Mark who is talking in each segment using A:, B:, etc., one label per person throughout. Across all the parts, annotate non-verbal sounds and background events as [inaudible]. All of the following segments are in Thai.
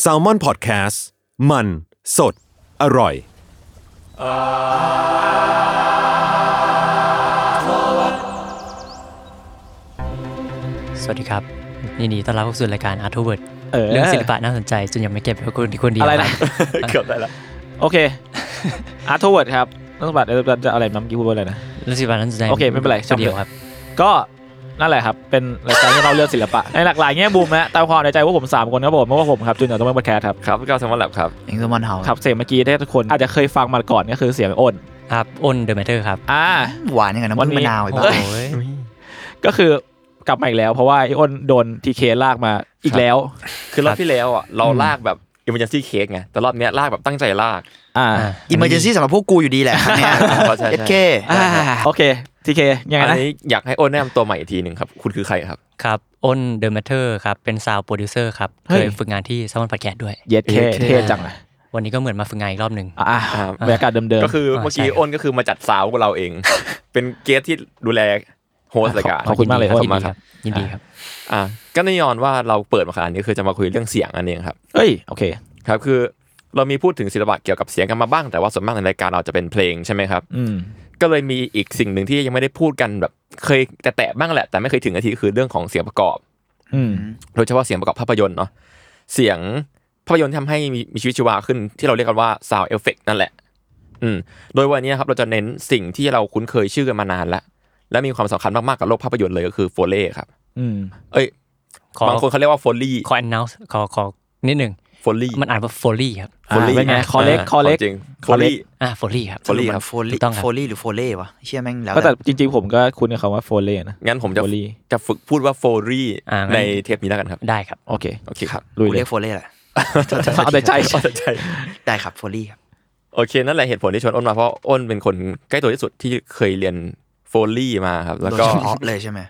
A: แซลมอนพอดแคสต์มันสดอร่อย
B: สวัสดีครับยินดีต้อนรับเข้าสู่รายการ Art Over
C: เออ
B: เรื่องศิลปะน่าสนใจจนยังไม่เก็บไว้คนที่คนเดียว
C: อะไรนะ
A: เกือบได้แล้ว
C: โอเค [laughs] อาร์ทเวิร์ดครับนักสมบัติเอ่อจะอะไรน้ำกี้พูดว่าอะไรนะ
B: เรื่องศิลปะน่าสนใจ
C: โอเคไม่เป็นไร
B: คนเดียว
C: ช่างเถอะ
B: ครับ
C: ก็นั่นแหละครับ เป็นรายการที่เราเลือกศิลปะ [laughs] ในหลากหลายแง่มุมนะตามความในใจพว่าผม 3 คนครับผมไม่ว่าผมครับจุนจากต้องเป็นแคสครับ
D: ครับพี่ก้าวสมวันแลบครับ
E: เอ็งโซมอนเฮา
C: ครับเสียงเมื่อกี้ถ้าทุกคนอาจจะเคยฟังมาก่อนก็คือเสียงอ้น
B: ครับอ้นเดอะแมทเทอร์ครับ
C: อ่า
E: หวานอย่างกับน้ำ
C: วั
E: มัน น
C: นี้
E: มะนาวไอ้บ้า
B: โอ้ย
C: ก็คือกลับมาอีกแล้ว เพราะว่าไอ้อ้นโดนทีเคลากมาอีกแล้ว
D: คือรอบที่แล้วอ่ะเราลากแบบ emergency cake ไง แต่รอบเนี้ยลากแบบตั้งใจลาก
C: อ่า
B: อ่ะ
E: อิมเมอร์เจนซี่สำหรับพวกกูอยู่ดีแหละครับเนี่ย
D: ใช่ใช่
E: เอฟเค
C: อ่าโอเคทีเคยังไง
D: อั
C: นะ
D: นนี้อยากให้โอนแนะนำตัวใหม่อีกทีหนึ่งครับ คุณคือใครครับ
B: ครับอ้นเดอะแมทเทอร์ครับ เป็นซาวโปรดิวเซอร์ครับ เคยฝึกงานที่ซาวน์พอดแคสต์ด้วย
C: เย็ดเค
D: เย็ดเค
C: เท่จังเลย
B: วันนี้ก็เหมือนมาฝึกงานอีกรอบหนึ่ง
C: อ่า
D: อ่า
C: บรรยากาศเดิม
D: ก็คือเมื่อกี้
B: ใช่
D: โอนก็คือมาจัดสาวกับเราเอง เป็นเกสที่ดูแลโฮสต์รายการ
C: ๆขอบคุณมากเลย
D: ขอบ
C: อ้น
D: คุณมากครับ
B: ยินดีครับ
D: อ่าก็แน่นอนว่าเราเปิดมาขนาดนี้คือจะมาคุยเรื่องเสียงอันเองครับ
C: เอ้ยโอเค
D: ครับคือเรามีพูดถึงศิลปะเกี่ยวกับเสียงกันมาบ้าง แต่ว่าส่วนมากในรายการเราจะเป็นเพลงใช่ไหมครับ
C: อืม
D: ก็เลยมีอีกสิ่งหนึ่งที่ยังไม่ได้พูดกันแบบเคยแต่แตะๆบ้างแหละ แต่ไม่เคยถึงนาทีคือเรื่องของเสียงประกอบ
C: อืม
D: โดยเฉพาะเสียงประกอบภาพยนตร์เนาะเสียงภาพยนตร์ที่ทำให้มีมีชีวิตชีวาขึ้นที่เราเรียกกันว่า sound effect นั่นแหละ อืมโดยวันนี้ครับเราจะเน้นสิ่งที่เราคุ้นเคยชื่อกันมานานแล้ว และมีความสำคัญมาก ๆ กับโลกภาพยนตร์เลยก็คือโฟเล่ครับ
C: อืม
D: เอ้ย
B: ขอบ
D: างคนเขาเรียกว่าโฟลี่
B: ขอ announce ขอขอนิดหนึ่ง
D: โฟลี่
B: มันอ่านว่าโฟลี่ครับ
C: อ่าเป็นไงคอเล็กคอเล็ก
D: จริงโฟ
C: Foley
D: ลี่
B: อ่ะโฟลี่ครับ
D: Foley ครับ
E: โฟ
B: ถู
E: ลี่
B: กต้องครับ
E: โฟลี่หรือโฟเล่วะเชื่อแม่งแล้ว
C: ก็แต่
E: แต่
C: จริงๆผมก็คุ้นกับคำว่าโฟเล่นะ
D: งั้นผมจะ
C: Foley
D: จะฝึกพูดว่าโฟลี่
B: อ่างั้น
D: ในเทปนี้แล้วกันครับ
B: ได้ครับ
C: โอเค
D: โอเคครับ
C: ลุย
E: กู
C: เล
E: เรี
C: ย
E: ยกโฟเล่แหละ
C: เอาแต่ใจ
D: เอาแต่ใจ
E: ได้ครับโฟลี่ครับ
D: โอเค นั่นแหละเหตุผลที่ชวนอ้นมาเพราะอ้นเป็นคนใกล้ตัวที่สุดที่เคยเรียนโฟลี่มาครับ แล้ว
E: โดย
D: ก็
E: เฉพาะเลยใช่ไหม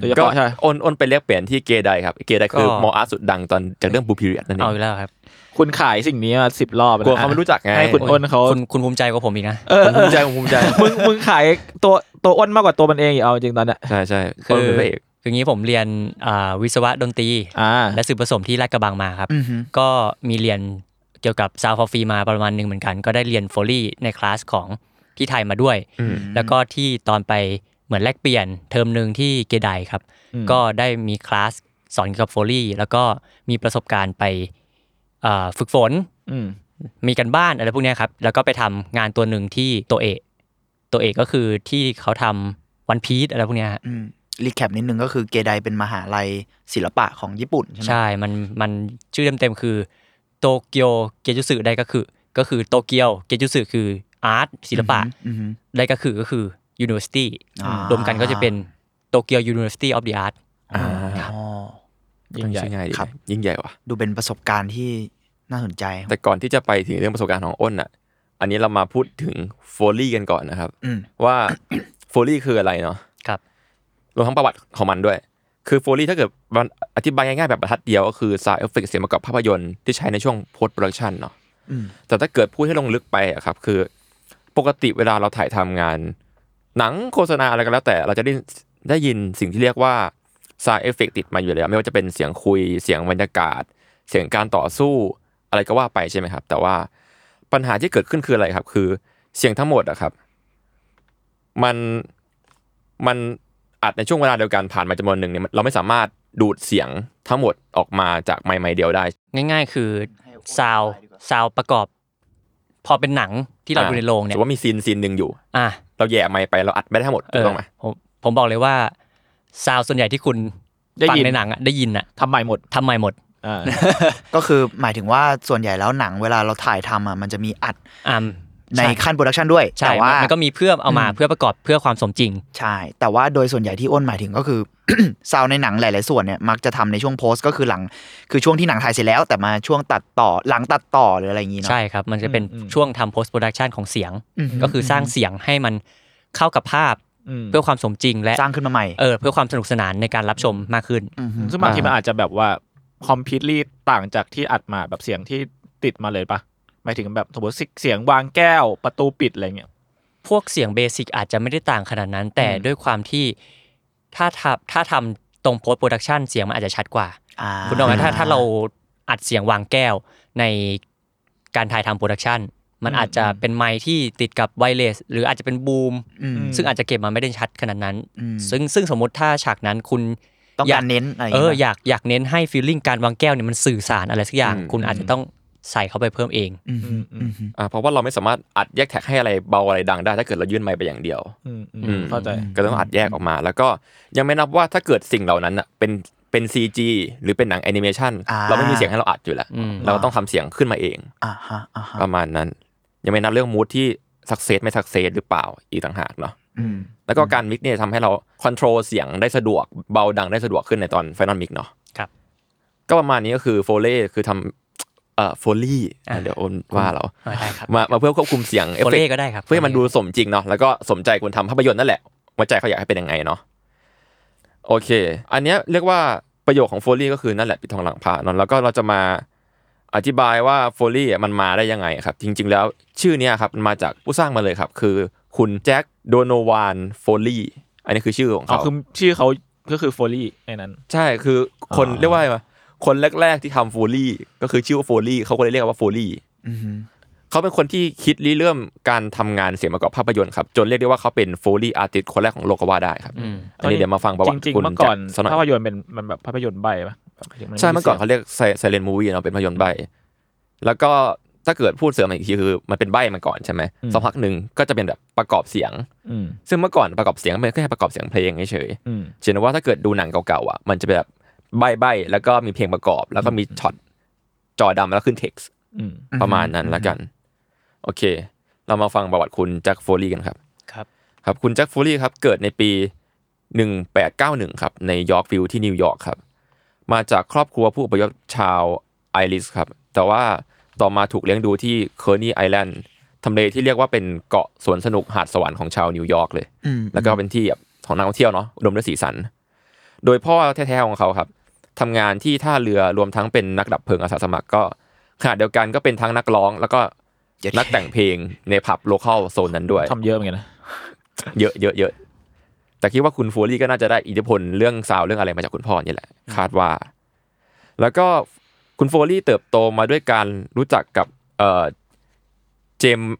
C: โดยเฉ
D: ก็
C: พาะใช่
D: อ้นอ้นไปเรียกเปลี่ยนที่เกไดครับเกไดคือ
B: ก็
D: มออาร์ตสุดดังตอนจากเรื่องบูพีเรียดนั่นเอ
B: เอา
D: ง
B: อีกแล้วครับ
C: คุณขายสิ่งนี้มาสิบรอบแล้
D: กลัวเขาไม่รู้จักไง
C: ให้คุณอ้นเขา
B: คุณคุณภูมิใจกว่าผมอีกนะ
C: เออเอ
D: ภู
C: อ
D: มิใจภูมิใจ
C: มึงมึงขายตัวตัวอ้นมากกว่าตัวมันเองอีกเอาจริงตอนเนี้ย
D: ใช่ใช่
B: คื
D: อ้
B: อ
D: นเป็นพระเอก
B: คืองี้ผมเรียนอ่าวิศวะดนตรี
C: อ่า
B: และสื่อผสมที่ลาดกระบังมาครับ
E: อือฮึ
B: ก็มีเรียนเกี่ยวกับซาวฟอฟีมาประมาณหนึ่งเหมือนกัน ก็ได้เรียนโฟลี่ในคลาสของที่ไทยมาด้วย
D: อืม
B: แล้วก็ที่ตอนไปเหมือนแลกเปลี่ยนเทอมหนึ่งที่เกไดครับ
C: อืม
B: ก็ได้มีคลาสสอนเกี่ยวกับโฟลี่แล้วก็มีประสบการณ์ไปอ่าฝึกฝน
C: อืม
B: มีกันบ้านอะไรพวกเนี้ยครับ แล้วก็ไปทำงานตัวหนึ่งที่ตัวเอก ตัวเอกก็คือที่เขาทำวันพีซอะไรพวกเนี้ยฮะ
E: อืมรีแคปนิดนึงก็คือเกไดเป็นมหาลัยศิลปะของญี่ปุ่นใช่ไหม
B: ใช่ มัน มันชื่อเต็มๆคือโตเกียวเกจุสึได้ก็คือ ก็คือโตเกียวเกจุสึคืออาร์ตศิลปะ
E: อือฮึ
B: ได้ก็คือก็คือ university
E: อ่าร ร
B: วมกันก็จะเป็นโตเกียว university of the art
D: อ่า
E: อ๋อ
C: ยิ่งใหญ่
D: ชื่อง่ายดี
E: ครับ
D: ยิ่งใหญ่ว่ะ
E: ดูเป็นประสบการณ์ที่น่าสนใจครับ
D: แต่ก่อนที่จะไปถึงเรื่องประสบการณ์ของอ้นอ่ะ อันนี้เรามาพูดถึงโฟลี่กันก่อนนะครับ
E: อืม
D: ว่า โฟลี่คืออะไรเนาะ
B: ครับ
D: รวมทั้งประวัติของมันด้วย คือโฟลี่ถ้าเกิดมันอธิบายง่ายๆแบบบรรทัดเดียวก็คือซาวเอฟเฟกเสียงประกอบภาพยนตร์ที่ใช้ในช่วงโพสต์โปรดักชันเนาะ
E: อืม
D: แต่ถ้าเกิดพูดให้ลงลึกไปอะครับ คือปกติเวลาเราถ่ายทำงาน หนังโฆษณาอะไรก็แล้วแต่เราจะได้ได้ยินสิ่งที่เรียกว่าซาวเอฟเฟกติดมาอยู่แล้ว ไม่ว่าจะเป็นเสียงคุยเสียงบรรยากาศ เสียงการต่อสู้อะไรก็ว่าไปใช่ไหมครับ แต่ว่าปัญหาที่เกิดขึ้นคืออะไรครับ คือเสียงทั้งหมดอะครับ มันมันอัดในช่วงเวลาเดียวกันผ่านมาจำนวนหนึ่งเนี่ยมันเราไม่สามารถ ดูดเสียงทั้งหมดออกมาจากไมค์ไมค์เดียวได้
B: ง่าย ๆ คือซาวซาวประกอบ พอเป็นหนังที่เรา
D: อ่า
B: ดูในโรง
D: สม
B: เนี่ย
D: มติว่ามีซีนซีนหนึ่งอยู่
B: อ่ะ
D: เราแย่ไมค์ไปเราอัดไม่ได้ทั้งหมด
B: เอ
D: ถูก
B: อ
D: ต้องไหม
B: ผมผมบอกเลยว่าซาวส่วนใหญ่ที่คุณ
C: ได้
B: ฟัง
C: ยิน
B: ในหนังอะได้ยินอะ
C: ทำใหม่หมด
B: ทำใหม่หมด
C: อ่า
E: ก็คือหมายถึงว่าส่วนใหญ่แล้วหนังเวลาเราถ่ายทำอ่ะมันจะมีอัด
B: อ่า
E: ในขั้นโปรดักชันด้วย
B: ใช่
E: แต่ว่า
B: มันก็มีเพื่อเอามาเพื่อประกอบเพื่อความสมจริง
E: ใช่ แต่ว่าโดยส่วนใหญ่ที่อ้นหมายถึงก็คือ [coughs] ซาวในหนังหลาย ๆ ส่วนเนี่ยมักจะทำในช่วงโพสก็คือหลังคือช่วงที่หนังถ่ายเสร็จแล้ว แต่มาช่วงตัดต่อหลังตัดต่อหรืออะไรอย่างงี้เนาะ
B: ใช่ครับ มันจะเป็น
C: อืม
B: ช่วงทำ post production ของเสียง
E: อืม
B: ก็คือสร้างเสียงให้มันเข้ากับภาพ
C: อืม
B: เพื่อความสมจริงและ
E: สร้างขึ้นมาใหม่
B: เออเพื่อความสนุกสนานในการรับชมมากขึ้น
E: มฮึ
C: ซึ่งบางทีมันอาจจะแบบว่าคอมพิวต์ต่างจากที่อัดมาแบบเสียงที่ติดมาเลยปะหมายถึงแบบสมมติเสียงวางแก้วประตูปิดอะไรเงี้ย
B: พวกเสียงเบสิกอาจจะไม่ได้ต่างขนาดนั้น แต่
C: อืม
B: ด้วยความที่ถ้าทำถ้าทำตรง post production เสียงมันอาจจะชัดกว่า
E: อ่า
B: คุณนองไหมถ้าถ้าเราอัดเสียงวางแก้วในการถ่ายทำโปรดักชันมันอาจจะเป็นไมค์ที่ติดกับไวเลสหรืออาจจะเป็นบูม
E: อืม
B: ซึ่งอาจจะเก็บมาไม่ได้ชัดขนาดนั้น
E: อืม
B: ซึ่งซึ่งสมมติถ้าฉากนั้นคุณ
E: ต้อง
B: ย
E: การเน้นอะไรย่าง
B: เอ
E: งี้
B: อ
E: ปะ
B: อยากอยากเน้นให้ฟีลลิ่งการวางแก้วเนี่ยมันสื่อสารอะไรสักอย่าง คุณอาจจะต้องใส่เข้าไปเพิ่มเอง
E: อืมฮึอืมฮึ
D: อ่าเพราะว่าเราไม่สามารถอัดแยกแท็กให้อะไรเบาอะไรดังได้ถ้าเกิดเรายื่นไมค์ไปอย่างเดียว
C: อืมอืม
D: อืม
C: เข้าใจ
D: ก็ต้องอัดแยกออกมา แล้วก็ยังไม่นับว่าถ้าเกิดสิ่งเหล่านั้นอ่ะเป็นเป็น CG หรือเป็นหนังแอนิเมชันา เราไม่มีเสียงให้เราอัดอยู่แล้ว
B: อืม
D: เราก็ต้องทำเสียงขึ้นมาเอง
E: อ่าฮะอ่าฮะ
D: ประมาณนั้น ยังไม่นับเรื่องมูดที่สักเซสไม่สักเซสหรือเปล่าอีกต่างหากเนาะ
E: อืม
D: แล้วก็การมิกเนี่ยทำให้เราค o n t r o l เสียงได้สะดวกเบาดังได้สะดวกขึ้นในตอนไฟนอลมิกเนาะ
B: ครับ
D: ก็ประมาณนี้ก็คือโฟเล่คือทำเอ่อโฟลี่ะเดี๋ยวโอนว่าเรา
B: อ่าได้ครับ
D: มามาเพื่อควบคุมเสียงเอฟ
B: โฟ
D: เฟก
B: เล่
D: ต์
B: ก็ได้ครับ
D: เพื่อให้มันดูสมจริงเนาะแล้วก็สมใจคนทำภาพยนตร์นั่นแหละว่าใจเขาอยากให้เป็นยังไงเนาะโอเค อันเนี้ยเรียกว่าประโยคของโฟลี่ก็คือนั่นแหละปิดทองหลังพระเนาะแล้วก็เราจะมาอธิบายว่าโฟลี่มันมาได้ยังไงครับ จริง ๆ แล้วชื่อเนี้ยครับมันมาจากผู้สร้างมาเลยครับ คือคุณแจ็คโดโนวานโฟลี่อันนี้คือชื่อของ
C: อ๋อ
D: เขา
C: คือชื่อเขาก็คือโฟลี่ในนั้น
D: ใช่คือคน
C: อ๋อ
D: เรียกว่าไงวะคนแรก ๆที่ทำโฟลี่ก็คือชื่อว่าโฟลี่เขาก็เลยเรียกว่าโฟลี่
E: อืมฮึ
D: เขาเป็นคนที่คิดริเริ่มการทำงานเสียงประกอบภาพยนตร์ครับ จนเรียกได้ว่าเขาเป็นโฟลีอาร์ติสคนแรกของโลกก็ว่าได้ครับ
B: อืม
D: อันนี้เดี๋ยวมาฟังประวัติ
C: จริง
D: คุ
C: ๆ
D: ณ
C: เมื่อก่อน
D: แจ็คสักหน่
C: ภาพ
D: อย
C: ยนตร์เป็นมันแบบภาพยนตร์ใบปะแบบ
D: ใช่เมื่อก่อนเขาเรียกไซเลนมูวี่เนาะเป็นภาพยนตร์ใบ แล้วก็ถ้าเกิดพูดเสริมอีกทีคือมันเป็นใบมาก่อนใช่ไหมสักพักหนึ่งก็จะเป็นแบบประกอบเสียง
C: อืม
D: ซึ่งเมื่อก่อนประกอบเสียงมันก็แค่ประกอบเสียงเพลงเฉย
C: อืม
D: ๆเช่นว่าถ้าเกิดดูหนังเก่าๆอ่ะมันจะเป็นแบบใบใบๆแล้วก็มีเพลงประกอบ แล้วก็มีช็อตจอดำแล้วขึ้นเท็กซ์
C: อืม
D: ประมาณนั้นละกัน โอเค เรามาฟังประวัติคุณแจ็คโฟลีกันครับ
B: ครับ
D: ครับคุณแจ็คฟูลี่ครับเกิดในปี 1891 ครับ ในยอร์กวิลล์ที่นิวยอร์กครับ มาจากครอบครัวผู้อพยพชาวไอริสครับ แต่ว่าต่อมาถูกเลี้ยงดูที่เคอร์นีไอแลนด์ทำเลที่เรียกว่าเป็นเกาะสวนสนุกหาดสวรรค์ของชาวนิวยอร์กเลย
E: อืม
D: แล้วก็เป็นที่แบบของนักท่องเที่ยวเนาะอุดมด้วยสีสัน โดยพ่อแท้ๆของเขาครับทำงานที่ท่าเรือรวมทั้งเป็นนักดับเพลิงอาสาสมัครก็ขณะเดียวกันก็เป็นทั้งนักร้องแล้วก็นักแต่งเพลงในผับโลเคอลโซนนั้นด้วย
C: ทำเยอะเหมือนกันนะ
D: เยอะเยอะเยอะแต่คิดว่าคุณฟัวรี่ก็น่าจะได้อิทธิพลเรื่องซาวด์เรื่องอะไรมาจากคุณพ่อนี่แหละ คาดว่า แล้วก็คุณฟัวรี่เติบโตมาด้วยการรู้จักกับเอ่อเจมส์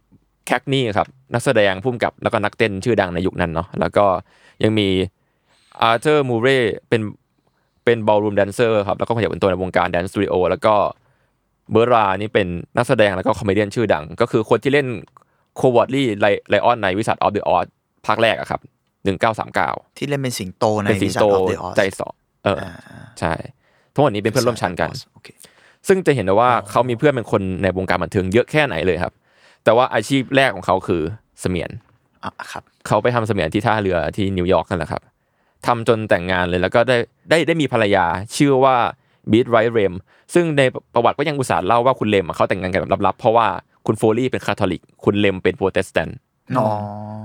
D: แคคนี่ครับ นักแสดงผู้กำกับแล้วก็นักเต้นชื่อดังในยุคนั้นเนาะแล้วก็ยังมีอาร์เธอร์มูเร่เป็นเป็นบอลรูมแดนเซอร์ครับ แล้วก็ขยับเป็นตัวในวงการแดนสตูดิโอแล้วก็เบอร์รานี่เป็นนักแสดงแล้วก็คอมเมเดี้ชื่อดัง ก็คือคนที่เล่นโควอร์ลี่ไลออนในวิสัทออฟเดอะออสภาคแรกอะครับหนึ่งเก้าสามเก้า
E: ที่เล่นเป็นสิงโตใน
D: เป็นสิงโต
E: Wizard of the Oz
D: ใจสองเออ
E: อ่าอ่า
D: ใช่ทั้งหมดนี้เป็นเพื่อนร่วมชั้นกัน
E: โอเค
D: ซึ่งจะเห็นได้ว่าเขามีเพื่อนเป็นคนในวงการบันเทิงเยอะแค่ไหนเลยครับ แต่ว่าอาชีพแรกของเขาคือเสมียน
E: อ่ะครับ
D: เขาไปทำเสมียนที่ท่าเรือที่นิวยอร์กนั่นแหละครับทำจนแต่งงานเลยแล้วก็ได้ได้ได้มีภรรยาชื่อว่าบีทไรเรมซึ่งในประวัติก็ยังอุตส่าห์เล่าว่าคุณเลมอะเขาแต่งงานกันแบบลับๆ เพราะว่าคุณโฟลี่เป็นคาทอลิก คุณเลมเป็นโปรเตสแตนต์
E: อ๋อ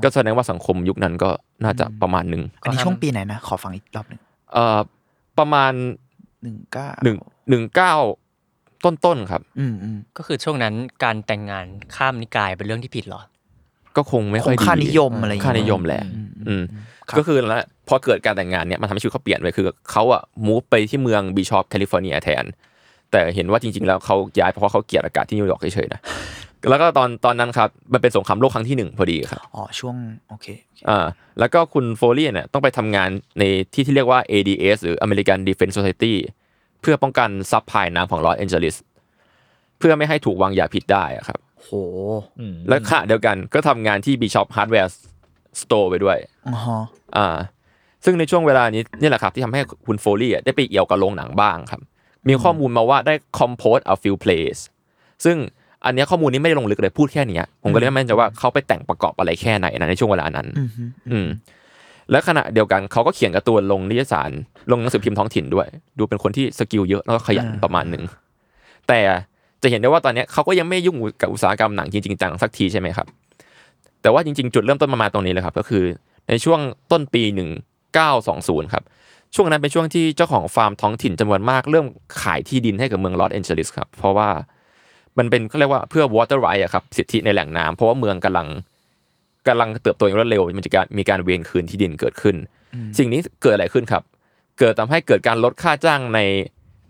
D: ก็แสดงว่าสังคมยุคนั้นก็น่าจะประมาณหนึ่ง
E: อันนี้ช่วงปีไหนนะ ขอฟังอีกรอบหนึ่ง
D: เอ่อประมาณ
E: หนึ่งเก้า
D: หนึ่งหนึ่งเก้าต้นๆครับ
E: อืมอืม
B: ก็คือช่วงนั้นการแต่งงานข้ามนิกายเป็นเรื่องที่ผิดเหรอ
D: ก็คงไม่
E: ค
D: ค่อย
E: ง
D: ดี
E: ค่านิยมอะไรอย่าง
D: ค่า
E: เงี้ย
D: นิยมแหละ
E: อืมอืม
D: อืม
E: ครับ
D: ก็คือแล้วพอเกิดการแต่งงานเนี่ยมันทำให้ชีวิตเขาเปลี่ยนไปคือเขาอะมูฟไปที่เมืองบีชอปแคลิฟอร์เนียแทน แต่เห็นว่าจริง ๆ แล้วเขาย้ายเพราะเขาเกลียดอากาศที่นิวยอร์กเฉยๆนะ แล้วก็ตอนตอนนั้นครับ มันเป็นสงครามโลกครั้งที่หนึ่งพอดีครับ
E: อ๋อช่วงโอเค
D: อ่าแล้วก็คุณโฟเลียเนี่ยต้องไปทำงานในที่ที่เรียกว่า ADS หรือ American Defense Society เพื่อป้องกันซับไพลายน้ำของลอสแอนเจลิสเพื่อไม่ให้ถูกวางยาพิษได้อะครับ
E: โห
C: อืม
D: และขณะเดียวกันก็ทำงานที่ Bishop Hardware Store ไปด้วย
E: อ๋อฮะ
D: อ่า ซึ่งในช่วงเวลานี้นี่แหละครับ ที่ทำให้คุณโฟลี่อะได้ไปเอี่ยวกับโรงหนังบ้างครับ มีข้อมูลมาว่าได้ compose a few plays ซึ่งอันเนี้ยข้อมูลนี้ไม่ได้ลงลึกเลยพูดแค่เนี้ยผมก็เลยไม่มั่นใจว่าเขาไปแต่งประกอบอะไรแค่ไหนนะในช่วงเวลานั้น
E: อือฮึ
D: อืม และขณะเดียวกันเขาก็เขียนการ์ตูนลงนิตยสาร ลงหนังสือพิมพ์ท้องถิ่นด้วย ดูเป็นคนที่สกิลเยอะแล้วก็ขยันประมาณหนึ่งแต่จะเห็นได้ว่าตอนเนี้ยเขาก็ยังไม่ยุ่งกับอุตสาหกรรมหนังจริงๆจังสักทีใช่ไหมครับ แต่ว่าจริงๆ จุดเริ่มต้นมามาตรงนี้เลยครับ ก็คือในช่วงต้นปี 1920 ครับ ช่วงนั้นเป็นช่วงที่เจ้าของฟาร์มท้องถิ่นจำนวนมากเริ่มขายที่ดินให้กับเมืองลอสแอนเจลิสครับ เพราะว่ามันเป็นเขาเรียกว่าเพื่อ water right อะครับสิทธิในแหล่งน้ำเพราะว่าเมืองกำลังกำลังเติบโตอย่างรวดเร็วมันจะการมีการเวียนคืนที่ดินเกิดขึ้น สิ่งนี้เกิดอะไรขึ้นครับ เกิดทำให้เกิดการลดค่าจ้างใน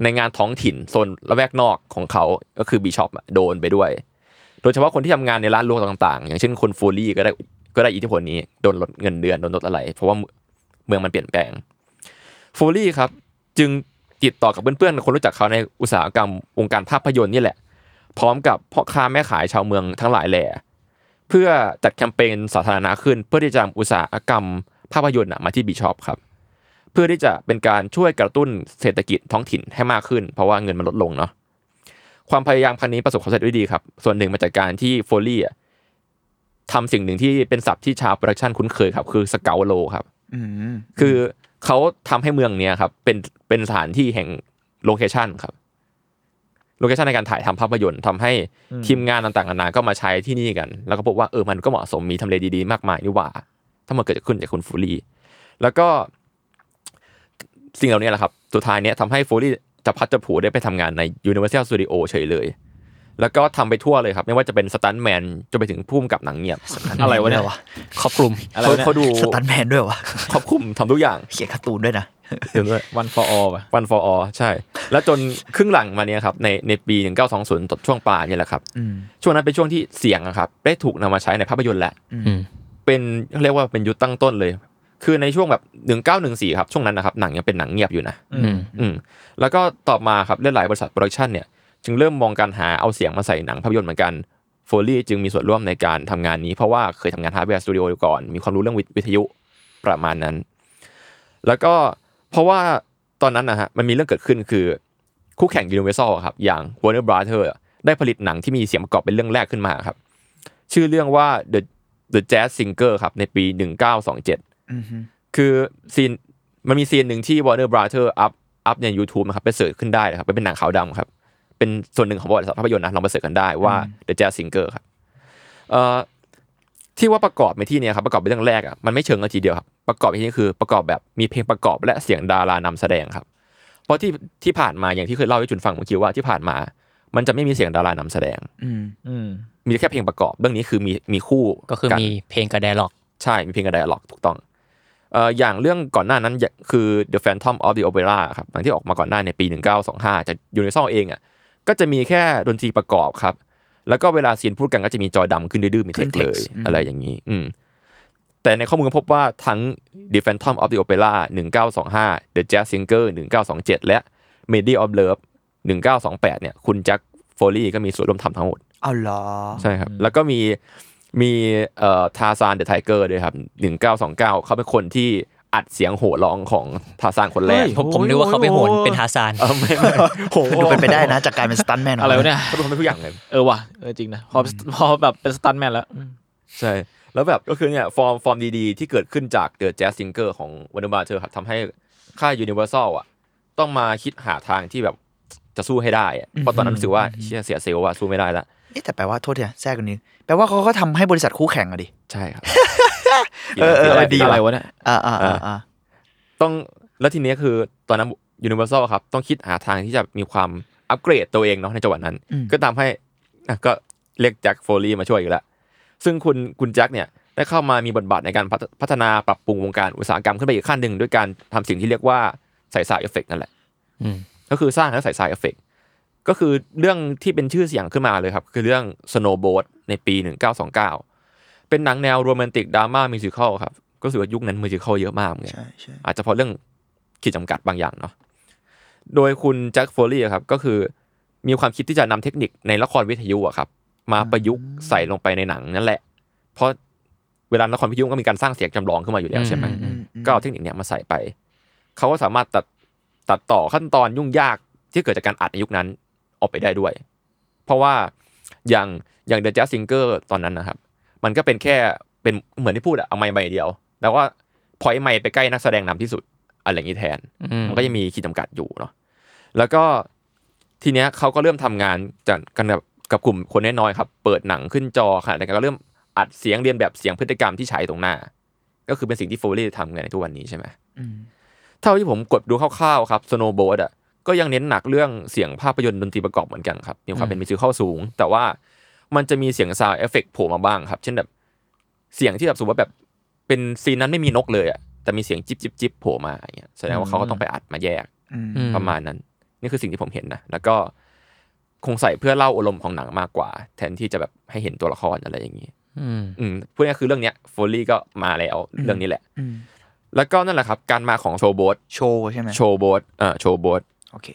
D: ในงานท้องถิ่นโซนละแวกนอกของเขาก็คือบีชอปโดนไปด้วย โดยเฉพาะคนที่ทำงานในร้านรวงต่างๆ อย่างเช่นคนฟูลี่ก็ได้ก็ได้อิทธิพลนี้โดนลดเงินเดือนโดนลดอะไร เพราะว่าเมืองมันเปลี่ยนแปลงฟูลี่ครับ จึงติดต่อกับเพื่อนๆ คนรู้จักเขาในอุตสาหกรรมวงการภาพยนตร์นี่แหละ พร้อมกับพ่อค้าแม่ขายชาวเมืองทั้งหลายแหล่ เพื่อจัดแคมเปญสาธารณะขึ้น เพื่อที่จะนำอุตสาหกรรมภาพยนตร์น่ะมาที่บีชอปครับ เพื่อที่จะเป็นการช่วยกระตุ้นเศรษฐกิจท้องถิ่นให้มากขึ้น เพราะว่าเงินมันลดลงเนาะความพยายามครั้งนี้ประสบความสำเร็จด้วยดีครับ ส่วนหนึ่งมาจากการที่โฟลี่อะทำสิ่งหนึ่งที่เป็นศัพท์ที่ชาวโปรดักชันคุ้นเคยครับ คือสเกลโลครับ
E: อืม
D: คือเขาทำให้เมืองเนี้ยครับ เป็นเป็นสถานที่แห่งโลเคชันครับโลเคชันในการถ่ายทำภาพยนตร์ทำให้ทีมงานต่างๆนานาก็มาใช้ที่นี่กัน แล้วก็พบว่าเออมันก็เหมาะสมมีทำเลดีๆ มากมายนี่หว่า ถ้ามันเกิดขึ้นจากคุณฟูลี่แล้วก็สิ่งเหล่านี้แหละครับ สุดท้ายเนี้ยทำให้ฟูลี่จะพัดจะผูได้ไปทำงานใน Universal Studio เฉยเลย แล้วก็ทำไปทั่วเลยครับ ไม่ว่าจะเป็นสตันแมนจนไปถึงผู้กำกับหนัง
B: [laughs]
D: เงียบ
C: อะไรวะเนี่ย
B: ครอบคลุม
D: อะไร
B: [laughs]
D: วะเนี่ยเขาดู
E: สตันแมนด้วยวะ
D: ครอบคลุมทำทุกอย่าง
E: เขียนการ์ตูนด้วยนะ
C: วันฟอร์ออป่ะ
D: วันฟอร์อใช่ แล้วจนครึ่งหลังมาเนี้ยครับในในปี 1920ตอนช่วงปลายเนี่ยแหละครับ
E: อืม
D: ช่วงนั้นเป็นช่วงที่เสียงอะครับ ได้ถูกนำมาใช้ในภาพยนตร์แหละ
B: อืม
D: เป็นเขาเรียกว่าเป็นยุคตั้งต้นเลย คือในช่วงแบบ1914ครับช่วงนั้นนะครับหนังยังเป็นหนังเงียบอยู่นะ
B: อืม
D: อืมแล้วก็ต่อมาครับหลายๆบริษัทโปรดักชันเนี่ยจึงเริ่มมองการหาเอาเสียงมาใส่หนังภาพยนตร์เหมือนกันโฟลี่จึงมีส่วนร่วมในการทำงานนี้ เพราะว่าเคยทำงานฮาร์ดแวร์สตูดิโอก่อน มีความรู้เรื่องวิวิทยุประมาณนั้น แล้วก็เพราะว่าตอนนั้นนะฮะมันมีเรื่องเกิดขึ้นคือ คู่แข่งยูนิเวอร์แซลครับอย่าง Warner Brothers ได้ผลิตหนังที่มีเสียงประกอบเป็นเรื่องแรกขึ้นมาครับ ชื่อเรื่องว่า The The Jazz Singer ครับในปี 1927
E: อืมฮึ
D: คือซีนมันมีซีนหนึ่งที่ Warner Brother อัพอัพใน YouTube นะครับไปเสิร์ชขึ้นได้นะครับเป็นหนังขาวดำครับ เป็นส่วนหนึ่งของบริษัทภาพยนตร์นะลองไปเสิร์ชกันได้ว่า The Jazz Singer ครับเอ่อที่ว่าประกอบในที่เนี้ครับประกอบเป็นเรื่องแรกอ่ะมันไม่เชิงเลยทีเดียวครับ ประกอบในที่นี้คือประกอบแบบมีเพลงประกอบและเสียงดารานำแสดงครับ เพราะที่ที่ผ่านมาอย่างที่เคยเล่าให้จุนฟังเมื่อกี้ว่าที่ผ่านมา มันจะไม่มีเสียงดารานำแสดง
E: อืม
C: อืม
D: มีแค่เพลงประกอบเรื่องนี้คือมีมีคู่
B: ก็คือน มีเพลงกระแดล็อก
D: ใช่ มีเพลงกับไดอะล็อกถูกต้องเอ่ออย่างเรื่องก่อนหน้านั้นอย่าคือ The Phantom of the Opera ครับหนังที่ออกมาก่อนหน้าในปี 1925 จากยูนิซอลเองอ่ะก็จะมีแค่ดนตรีประกอบครับ แล้วก็เวลาซีนพูดกันก็จะมีจอดำขึ้นดื้อๆมีเท็กเลย อะไรอย่างนี้อืมแต่ในข้อมูลก็พบว่าทั้ง The Phantom of the Opera 1925 The Jazz Singer 1927 และ Melody of Love 1928 เนี่ยคุณแจ็คโฟลีก็มีส่วนร่วมทำทั้งหมด
E: เอาเหรอ
D: ใช่ครับ แล้วก็มีมีเอ่อทาซานเดอะไทเกอร์ด้วยครับหนึ่งเก้าสองเก้าเขาเป็นคนที่อัดเสียงโห่ร้องของทาซานคนแรก
C: เฮ้ย
B: ผมผม
C: โอ้ย
B: นึกว่าเขาไปโหน
C: โอ้ย
B: เป็นฮาซาน
D: เออไม่ไม่โห
E: ดูเป็นไปได้นะ จากการเป็นสตันแมนขง
C: อะไรวะเนี่ย
D: เขาเป็นคนทุกอย่างเลย
C: เออว่ะเออจริงนะพอพอแบบเป็นสตันแมนแล้วอืม
D: ใช่ แล้วแบบก็คือเนี่ยฟอร์มฟอร์มดีๆ ที่เกิดขึ้นจากเดอะแจ๊สซิงเกอร์ของวันเดอร์บาเธอครับทำให้ค่ายยูนิเวอร์แซลอ่ะต้องมาคิดหาทางที่แบบจะสู้ให้ได้อะเพราะตอนนั้นรู้สึกว่าเชี่ยเสียเซลล์อะสู้ไม่ได้ละ
E: เอ๊ะแต่แปลว่าโทษทีนะแทรกกันนิดแปลว่าเขาก็ทำให้บริษัทคู่แข่งอะดิ
D: ใช่ครับ
E: เออเอ
D: ปี
E: อ
D: แรกปีแรก
C: อะไรวะเนี่ย
E: อ่าอ่าอ่าอ่า
D: ต้องแล้วทีเนี้ยคือตอนนั้น Universal ครับ ต้องคิดหาทางที่จะมีความอัปเกรดตัวเองเนาะในจังหวะนั้น ก็ตามให้อ่ะก็เรียกแจ็คโฟลีมาช่วยอีกแล้ว ซึ่งคุณคุณแจ็คเนี่ยได้เข้ามามีบทบาทในการพัฒพัฒนาปรับปรุงวงการอุตสาหกรรมขึ้นไปอีกขั้นหนึ่งด้วยการทำสิ่งที่เรียกว่าใส่สายเอฟเฟกนั่นแหละ
B: อืม
D: ก็คือสร้างและใส่สายเอฟเฟก ก็คือเรื่องที่เป็นชื่อเสียงขึ้นมาเลยครับ คือเรื่อง Snowboard ในปี 1929 เป็นหนังแนวโรแมนติกดราม่ามิวสิควลครับ ก็รู้สึกว่ายุคนั้นมิวสิควลเยอะมากเหมือนกัน
E: ใช่ใช่
D: อาจจะเพราะเรื่องขีดจำกัดบางอย่างเนาะ โดยคุณแจ็คโฟลีย์ครับก็คือมีความคิดที่จะนำเทคนิคในละครวิทยุอะครับ มาประยุกต์ใส่ลงไปในหนังนั่นแหละ เพราะเวลาละครวิทยุก็มีการสร้างเสียงจำลองขึ้นมาอยู่แล้วใช่ไหม
B: อืม
D: ก็เอาเทคนิคเนี้ยมาใส่ไป เขาก็สามารถตัดตัดต่อขั้นตอนยุ่งยากที่เกิดจากการอัดในยุคนั้นออกไปได้ด้วย เพราะว่าอย่างอย่างเดอะแจ๊สซิงเกอร์ตอนนั้นนะครับ มันก็เป็นแค่เป็นเหมือนที่พูดอะเอาไม้ใบเดียว แล้วก็พอยไม้ไปใกล้นักแสดงนำที่สุดอะไรอย่างนี้แทน
B: อืม
D: มันก็ยังมีขีดจำกัดอยู่เนาะ แล้วก็ทีเนี้ยเขาก็เริ่มทำงานจากกันแบบกับกลุ่มคนน้อยๆครับ เปิดหนังขึ้นจอค่ะแต่ก็เริ่มอัดเสียงเรียนแบบเสียงพฤติกรรมที่ใช้ตรงหน้า ก็คือเป็นสิ่งที่โฟลี่ทำกันในทุกวันนี้ใช่ไหม
E: อืม
D: เท่าที่ผมกดดูคร่าวๆครับสโนว์บอร์ดอ่ะก็ยังเน้นหนักเรื่องเสียงภาพยนตร์ดนตรีประกอบเหมือนกันครับ มีความเป็นมิวสิควลสูง แต่ว่ามันจะมีเสียงซาวเอฟเฟกโผล่มาบ้างครับ เช่นแบบเสียงที่แบบสมมติว่าแบบเป็นซีนนั้นไม่มีนกเลยอ่ะแต่มีเสียงจิบจิบจิบโผล่มาอย่างเงี้ยแสดงว่าเขาก็ต้องไปอัดมาแยก
E: อืม
B: อื
D: ประมาณนั้น นี่คือสิ่งที่ผมเห็นนะ แล้วก็คงใส่เพื่อเล่าอารมณ์ของหนังมากกว่า แทนที่จะแบบให้เห็นตัวละครอะไรอย่างนี้
B: อืม
D: อืมพูดง่ายๆคือเรื่องเนี้ยโฟลี่ก็มาแล้ว
E: อืม
D: เรื่องนี้แหละ
E: อืม
D: แล้วก็นั่นแหละครับ การมาของโชว์โบท
E: โชว์ใช่ไหม
D: โชว์โบทเอ่อโชว์โบท
E: โอเค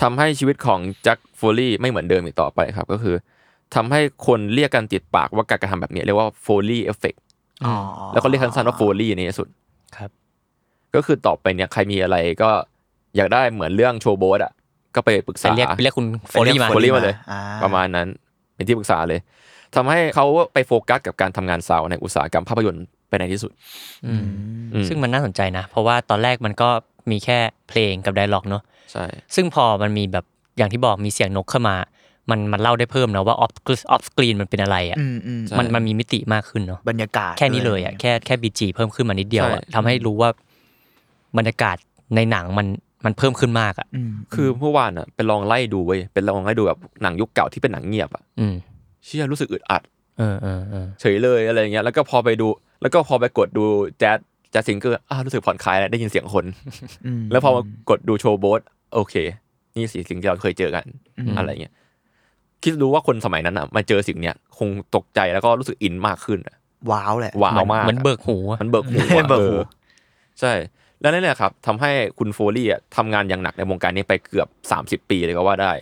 D: ทำให้ชีวิตของแจ็คโฟลี่ไม่เหมือนเดิมอีกต่อไปครับ ก็คือทำให้คนเรียกกันติดปากว่าการกระทำแบบเนี้ยเรียกว่าโฟลี่เอฟเฟก
E: อ๋อ
D: แล้วก็เรียกสั้นๆว่าโฟลี่ในที่สุด
B: ครับ
D: ก็คือต่อไปเนี่ยใครมีอะไรก็อยากได้เหมือนเรื่องโชว์โบทอ่ะ ก็ไปปรึก
B: ไป
D: ษา
B: เรียกไปเรียกคุณโฟลี่มา
D: โฟลี่มาเลย
E: อ่
D: ประมาณนั้น เป็นที่ปรึกษาเลยทำให้เขาไปโฟกัสกับการทำงานสาวในอุตสาหกรรมภาพยนตร์ไปในที่สุด
B: อืม
D: อืม
B: ซึ่งมันน่าสนใจนะ เพราะว่าตอนแรกมันก็มีแค่เพลงกับไดร็อกเนอะ
D: ใช่
B: ซึ่งพอมันมีแบบอย่างที่บอกมีเสียงนกเข้ามา มันมันเล่าได้เพิ่มนะว่าออฟออฟสกรีนมันเป็นอะไรอ่ะ
E: อืมอืม
B: มันมันมีมิติมากขึ้นเนาะ
E: บรรยากาศ
B: แค่นี้เลย
E: ด้ว
B: อ่ะแค่แค่บีจีเพิ่มขึ้นมานิดเดียวอะทำให้รู้ว่าบรรยากาศในหนังมันมันเพิ่มขึ้นมากอ่ะ
E: อืม
D: คือเมื่อวานอ่ะเป็นลองไล่ดูเว้ยเป็นลองไล่ดูแบบหนังยุคเก่าที่เป็นหนังเงียบอ่ะ
B: อืม
D: เชื่อรู้สึกอึดอัด
B: เออเออเออ
D: เฉยเลยอะไรอย่างเงี้ยแล้วก็พอไปดู แล้วก็พอไปกดดูแจ๊สแจ๊สซิงเกอร์อ้าวรู้สึกผ่อนคลายแล้วได้ยินเสียงคน
E: ม
D: แล้วพอมากดดูโชว์โบทโอเค นี่สิสิ่งที่เราเคยเจอกันอะไรเงี้ยคิดดูว่าคนสมัยนั้นอ่ะมาเจอสิ่งเนี้ยคงตกใจแล้วก็รู้สึกอินมากขึ้นอะ
E: ว้าวแหละ
D: ว้าวมาก
B: เหมือน
D: อะ
B: เบิกหูอะ
D: มันเบิกหูอะ
E: เบิกหู
D: ออใช่ แล้วนั่นแหละครับทำให้คุณโฟลี่อะทำงานอย่างหนักในวงการนี้ไปเกือบ 30 ปีเลยก็ว่าได้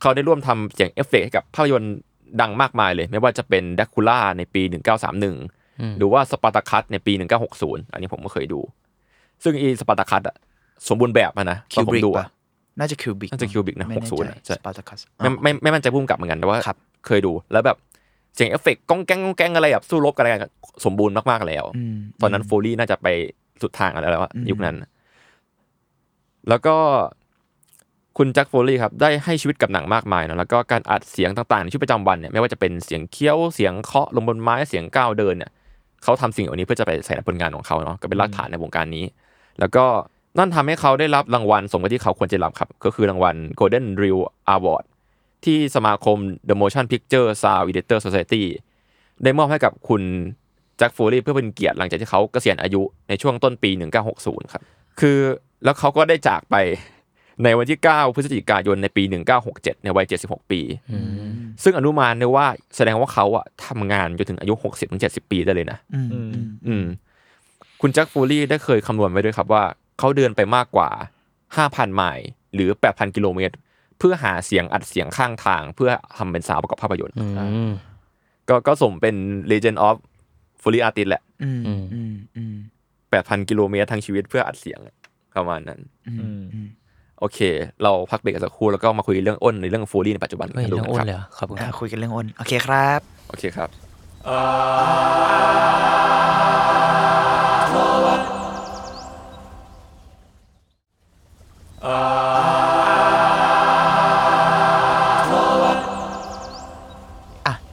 D: เขาได้ร่วมทำเสียงเอฟเฟกต์ให้กับภาพยนตร์ดังมากมายเลย ไม่ว่าจะเป็นดักคูล่าในปี 1931 หรือว่าสปาร์ตาคัสในปี 1960 อันนี้ผมก็เคยดู ซึ่งอีสปาร์ตาคัสอะสมบูรณ์แบบอะนะ
E: คิว
D: ผม
E: บิก
D: ดู
E: ปะ
D: อะ
E: น่าจะคิวบิก
D: น่าจะ Kubrick นะ60อะใช่
E: สปาร์ตาคัส
D: ไม่ไม่ไม่มั่นใจพุ่มกลับเหมือนกันแต่ว่า
E: ครับ
D: เคยดูแล้วแบบเสียงเอฟเฟกต์ก้องแกงก้องแกงอะไรแบบสู้รบกันอะไรกันสมบูรณ์มากๆแล้ว ตอนนั้นโฟลี่น่าจะไปสุดทางกันแล้วอะยุคนั้น แล้วก็คุณแจ็คโฟลี่ครับ ได้ให้ชีวิตกับหนังมากมายนะแล้วก็การอัดเสียงต่างๆในชีวิตประจำวันเนี่ยไม่ว่าจะเป็นเสียงเคี้ยวเสียงเคาะลงบนไม้เสียงก้าวเดินเนี่ยเขาทำสิ่งเหล่านี้เพื่อจะไปใส่ในผลงานของเขาเนาะก็เป็นรากฐานในวงการนี้ แล้วก็นั่นทำให้เขาได้รับรางวัลสมกับที่เขาควรจะรับครับ ก็คือรางวัล Golden r e e l Award ที่สมาคม The Motion Picture Sound Editor Society ได้มอบให้กับคุณแจ็คโฟลีเพื่อเป็นเกียรติหลังจากที่เขาเกษียณอายุในช่วงต้นปี 1960 ครับ คือแล้วเขาก็ได้จากไป ในวันที่ 9 พฤศจิกายนในปี 1967 ในวัย 76 ปี ซึ่งอนุมานได้ว่าแสดงว่าเขาอะทำงานจนถึงอายุ 60-70 ปีได้เลยนะ
E: อืมอืมอืม
D: อืมคุณแจ็คฟูลี่ได้เคยคำนวณไว้ด้วยครับว่า เขาเดินไปมากกว่า 5,000 ไมล์หรือ 8,000 กิโลเมตร เพื่อหาเสียงอัดเสียงข้างทาง เพื่อทำเป็นสาวประกอบภาพยนตร์
B: อืม
D: ก็ก็สมเป็น Legend of f o l y Artist แหละ
E: อืมอืมอืม
D: 8,000 กิโลเมตรทางชีวิตเพื่ออัดเสียงประมาณนั้น โอเค เราพักเบรกกันสักครู่แล้วก็มาคุยเรื่องอ้นในเรื่องโฟลี่ในปัจจุบัน
B: เฮ้ย
D: กั
B: เรื่องอ้น
D: น
B: เล
D: นะ
B: ย
D: ครับ
B: เหรอขอบคุณค
E: อ่ะ
B: รับ
E: คุยกันเรื่องอ้นโอเคครับ
D: โอเคครับ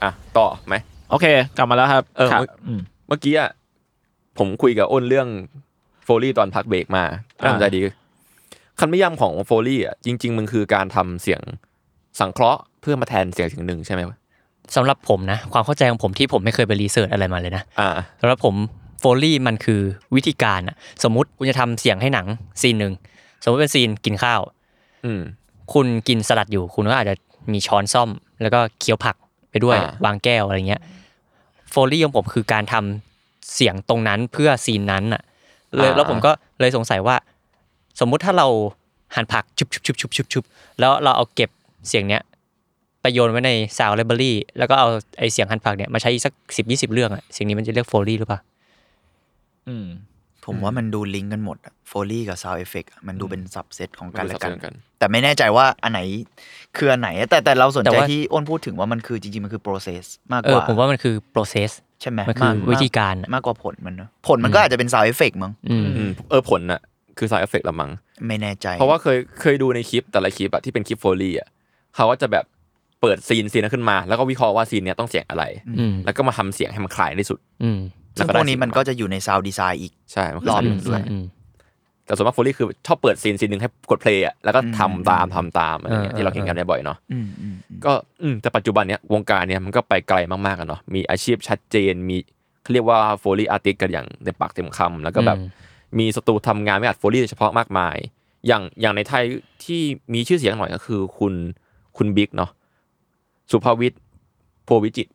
D: อ่ะ ต่อไหม
C: โอเค กลับมาแล้วครับ
D: เออ
C: ครับม
D: เมื่อกี้อ่ะผมคุยกับอ้นเรื่องโฟลี่ตอนพักเบรกมาน่า
C: อ่า
D: สนใจดีคำนิยามของโฟลี่อ่ะจริง ๆ มันคือการทำเสียงสังเคราะห์เพื่อมาแทนเสียงเสียงหนึ่งใช่ไหมวะ
B: สำหรับผมนะ ความเข้าใจของผมที่ผมไม่เคยไปรีเสิร์ชอะไรมาเลยนะ
D: อ่า
B: สำหรับผมโฟลี่มันคือวิธีการอะสมมติคุณจะทำเสียงให้หนังซีนหนึ่ง สมมติเป็นซีนกินข้าว
D: อืม
B: คุณกินสลัดอยู่ คุณก็อาจจะมีช้อนซ่อม แล้วก็เคี้ยวผักไปด้วย
D: อ่า
B: วางแก้วอะไรเงี้ยโฟลี่ของผมคือการทำเสียงตรงนั้นเพื่อซีนนั้นอ่ะเลยแล้วผมก็เลยสงสัยว่า สมมุติถ้าเราหั่นผักชุบชุบชุบชุบชุบชุบแล้วเราเอาเก็บเสียงเนี้ยไปโยนไว้ในซาวไลบรารีแล้วก็เอาไอเสียงหั่นผักเนี่ยมาใช้อีกสักสิบยี่สิบเรื่องอ่ะเสียงนี้มันจะเรียกโฟลี่หรือเปล่า
C: อืม
E: ผมว่ามันดูลิงก์กันหมดโฟลี่กับซาวเอฟเฟกมันดูเป็นสับเซตของกันและกั
D: มัน ดูสับเซตกัน
E: แต่ไม่แน่ใจว่าอันไหนคืออันไหน แต่แต่เราสน
B: แต่
E: ใจ
B: ว่า
E: ที่อ้นพูดถึงว่ามันคือจริงๆ มันคือ process มาก
B: เอก อ
E: ว่า
B: ผมว่ามันคือ process
E: ใช่ไหม
B: มันคือ
E: าก
B: วิธีการอะ
E: มากกว่าผลมันเนอะผลมันก็อาจจะเป็นซาวเอฟเฟกมั้ง
B: อืม
D: อืมเออผลน่ะคือสายเอฟเฟกต์ละมั้ง
E: ไม่แน่ใจ
D: เพราะว่าเคยเคยดูในคลิปแต่ละคลิปอะที่เป็นคลิปโฟลีอะเขาก็จะแบบเปิดซีนซีนนั้นขึ้นมา แล้วก็วิเคราะห์ว่าซีนเนี้ยต้องเสียงอะไร
B: อืม
D: แล้วก็มาทำเสียงให้มันคล้ายที่สุด
B: อืม
E: ซึ่งพวกนี้มันก็จะอยู่ในซาวดีไซน์อีก
D: ใช่มันคื
E: ร
D: อ
E: อ
D: อบ
E: หนึ่งด้วย
B: อืม
D: แต่ส่วนมากโฟลีคือชอบเปิดซีนซีนหนึ่งให้กดเพลย์อะแล้วก็ทำตามทำตามอะไรอย่างเงี้ย
B: เออ
D: ที่เราเห็นกันได้บ่อยเนาะ
E: อืมอืมอืม
D: ก็อืมแต่ปัจจุบันเนี้ยวงการเนี้ยมันก็ไปไกลมากๆกันเนาะมีอาชีพชัดเจนมีเขาเรียกว่าโฟลีอาร์ติสกันอย่างในปากเต็มคำแล้วก็แบบ
B: อืม
D: มีสตูทำงานไม่อัดโฟลี่โดยเฉพาะมากมาย อย่างอย่างในไทยที่มีชื่อเสียงหน่อยก็คือคุณคุณบิ๊กเนาะสุภาวิทย์พัววิจิตร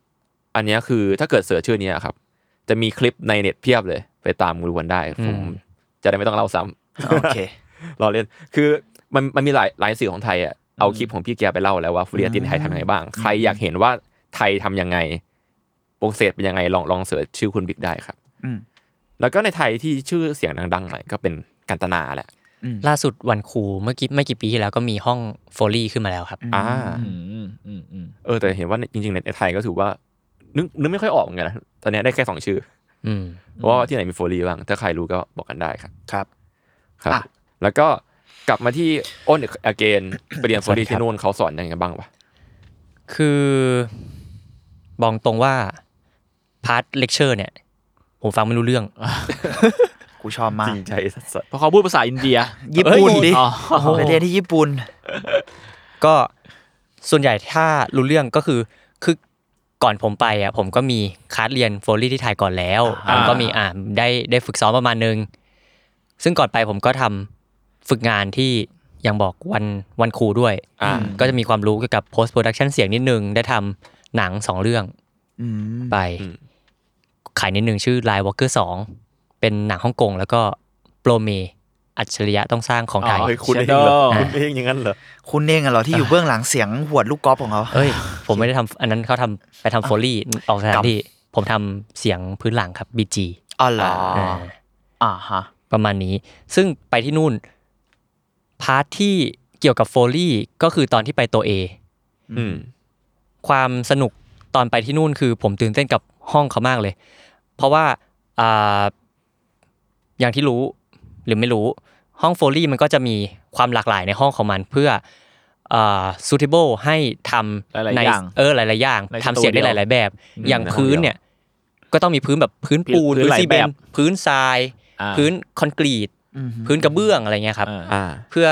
D: อันเนี้ยคือถ้าเกิดเสิร์ชชื่อเนี้ยครับ จะมีคลิปในเน็ตเพียบเลย ไปตามดูกันได้
B: อื
D: ผม มจะได้ไม่ต้องเล่าซ้ำ
E: โอเค
D: รอเล่นคือมันมันมีหลายหลายสื่อของไทยอ่ะเอาคลิปของพี่แกไปเล่าแล้วว่าฟูเรียตินไทยทำยังไงบ้าง ใครอยากเห็นว่าไทยทำยังไงโปรเซสเป็นยังไงลองลองเสิร์ชชื่อคุณบิ๊กได้ครับ
E: อืม
D: แล้วก็ในไทยที่ชื่อเสียงดังๆหน่อยก็เป็นกันตนาแหละ
B: ล่าสุดวันครูเมื่อกี้ไม่กี่ปีที่แล้วก็มีห้องโฟลี่ขึ้นมาแล้วครับ
D: อ่า
C: อืมอืมอืม
D: เออแต่เห็นว่าในจริงๆในในไทยก็ถือว่า นึกนึกไม่ค่อยออกเหมือนกันนะตอนนี้ได้แค่สองชื่อ
B: อืม
D: ว่าที่ไหนมีโฟลีบ้างถ้าใครรู้ก็บอกกันได้ครับ
E: ครับ
D: ครับ
E: อ่ะ
D: แล้วก็กลับมาที่อ้นอเกนไปเรียนโฟลีที่นู่นเขาสอนยังไงบ้างวะ
B: คือบอกตรงว่า พาร์ทเลคเชอร์เนี่ย ผมฟังไม่รู้เรื่อง
E: กูชอบมา
D: จ
E: ก
D: ริงใจสัส
C: เพราะเขาพูดภาษาอินเดีย
E: ญี่ปุ่น
C: เอ้ย
E: ดิ
C: อ๋อ
E: ไปเรียนที่ญี่ปุ่น
B: ก็ส่วนใหญ่ถ้ารู้เรื่องก็คือคือก่อนผมไปอ่ะผมก็มีคลาสเรียนโฟลี่ที่ไทยก่อนแล้ว
C: อ่า
B: แล้วก็มีอ่าได้ได้ฝึกซ้อมประมาณนึง ซึ่งก่อนไปผมก็ทำฝึกงานที่ยังบอกวันวันครูด้วย
D: อ่า
B: ก็จะมีความรู้เกี่ยวกับ post production เสียงนิดนึง ได้ทำหนังสองเรื่อง
E: อืม
B: ไป ขายนิดนึงชื่อ Line Walker 2 เป็นหนังฮ่องกงแล้วก็โปรเม อัจฉริยะต้องสร้างของไทย
C: อ๋อ
D: เฮ้ยคุณเองเหรอคุณเองอย่างนั้นเหรอ
E: คุณเองอะเหรอที่อยู่เบื้องหลังเสียงหวดลูกกอล์ฟของเขา
B: เอ้ย ผมไม่ได้ทำอันนั้นเขาทำไปทำโฟลี่ออกสถานที่ ผมทำเสียงพื้นหลังครับ BG
E: อ๋อเหรอ
B: อ่า
E: อ่าฮะ
B: ประมาณนี้ ซึ่งไปที่นู่น พาร์ทที่เกี่ยวกับโฟลี่ก็คือตอนที่ไปตัว A
D: อืม
B: ความสนุกตอนไปที่นู่นคือผมตื่นเต้นกับห้องเขามากเลย เพราะว่าอ่าอย่างที่รู้หรือไม่รู้ห้องโฟลี่มันก็จะมีความหลากหลายในห้องของมันเพื่ออ่า suitable ให้ทำ
C: หลายๆ
B: ใน
C: อย่าง
B: เออหลายๆอย่าง
C: ใน
B: ทำเสียงได้
C: สตู
B: ห
C: ดิโอ
B: ลาย ๆ แบบ อย่าง
D: ในห้อง
B: พื้น
D: เดียว
B: เนี่ยก็ต้องมีพื้นแบบพื้น
C: พื้น
B: ปูน
C: พื้นหลาย
B: ซีเมน
C: แบบ
B: ต์พื้นทราย
C: อ่า
B: พื้นคอนกรีต พื้นกระเบื้องอะไรเงี้ยครับ
C: อ่า
D: อ่า
B: เพื่อ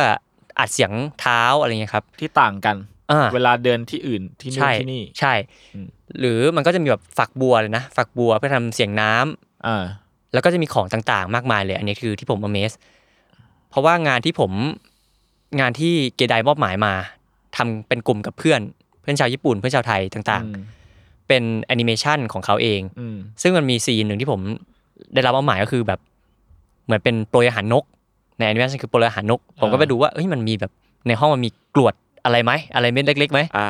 B: อัดเสียงเท้าอะไรเงี้ยครับ
C: ที่ต่างกัน
B: อ่า
C: เวลาเดินที่อื่นที่นู่น
B: ใช่
C: ที่นี่
B: ใช่
C: อืม
B: หรือมันก็จะมีแบบฝักบัวเลยนะ ฝักบัวเพื่อทำเสียงน้ำ
C: อ่า
B: แล้วก็จะมีของต่างๆ มากมายเลย อันนี้คือที่ผม amazed เพราะว่างานที่ผมงานที่เกไดมอบหมายมาทำเป็นกลุ่มกับเพื่อน เพื่อนชาวญี่ปุ่น เพื่อนชาวไทยต่างๆ เป็นแอนิเมชันของเขาเอง
C: อืม
B: ซึ่งมันมีซีนหนึ่งที่ผมได้รับมอบหมายก็คือแบบเหมือนเป็นโปรยอาหารนก ในแอนิเมชันคือโปรยอาหารนก ผมก็ไป
C: อ่า
B: ดูว่าเอ้ยมันมีแบบในห้องมันมีกรวดอะไรไหมอะไรเม็ดเล็กๆไหม
D: อ่า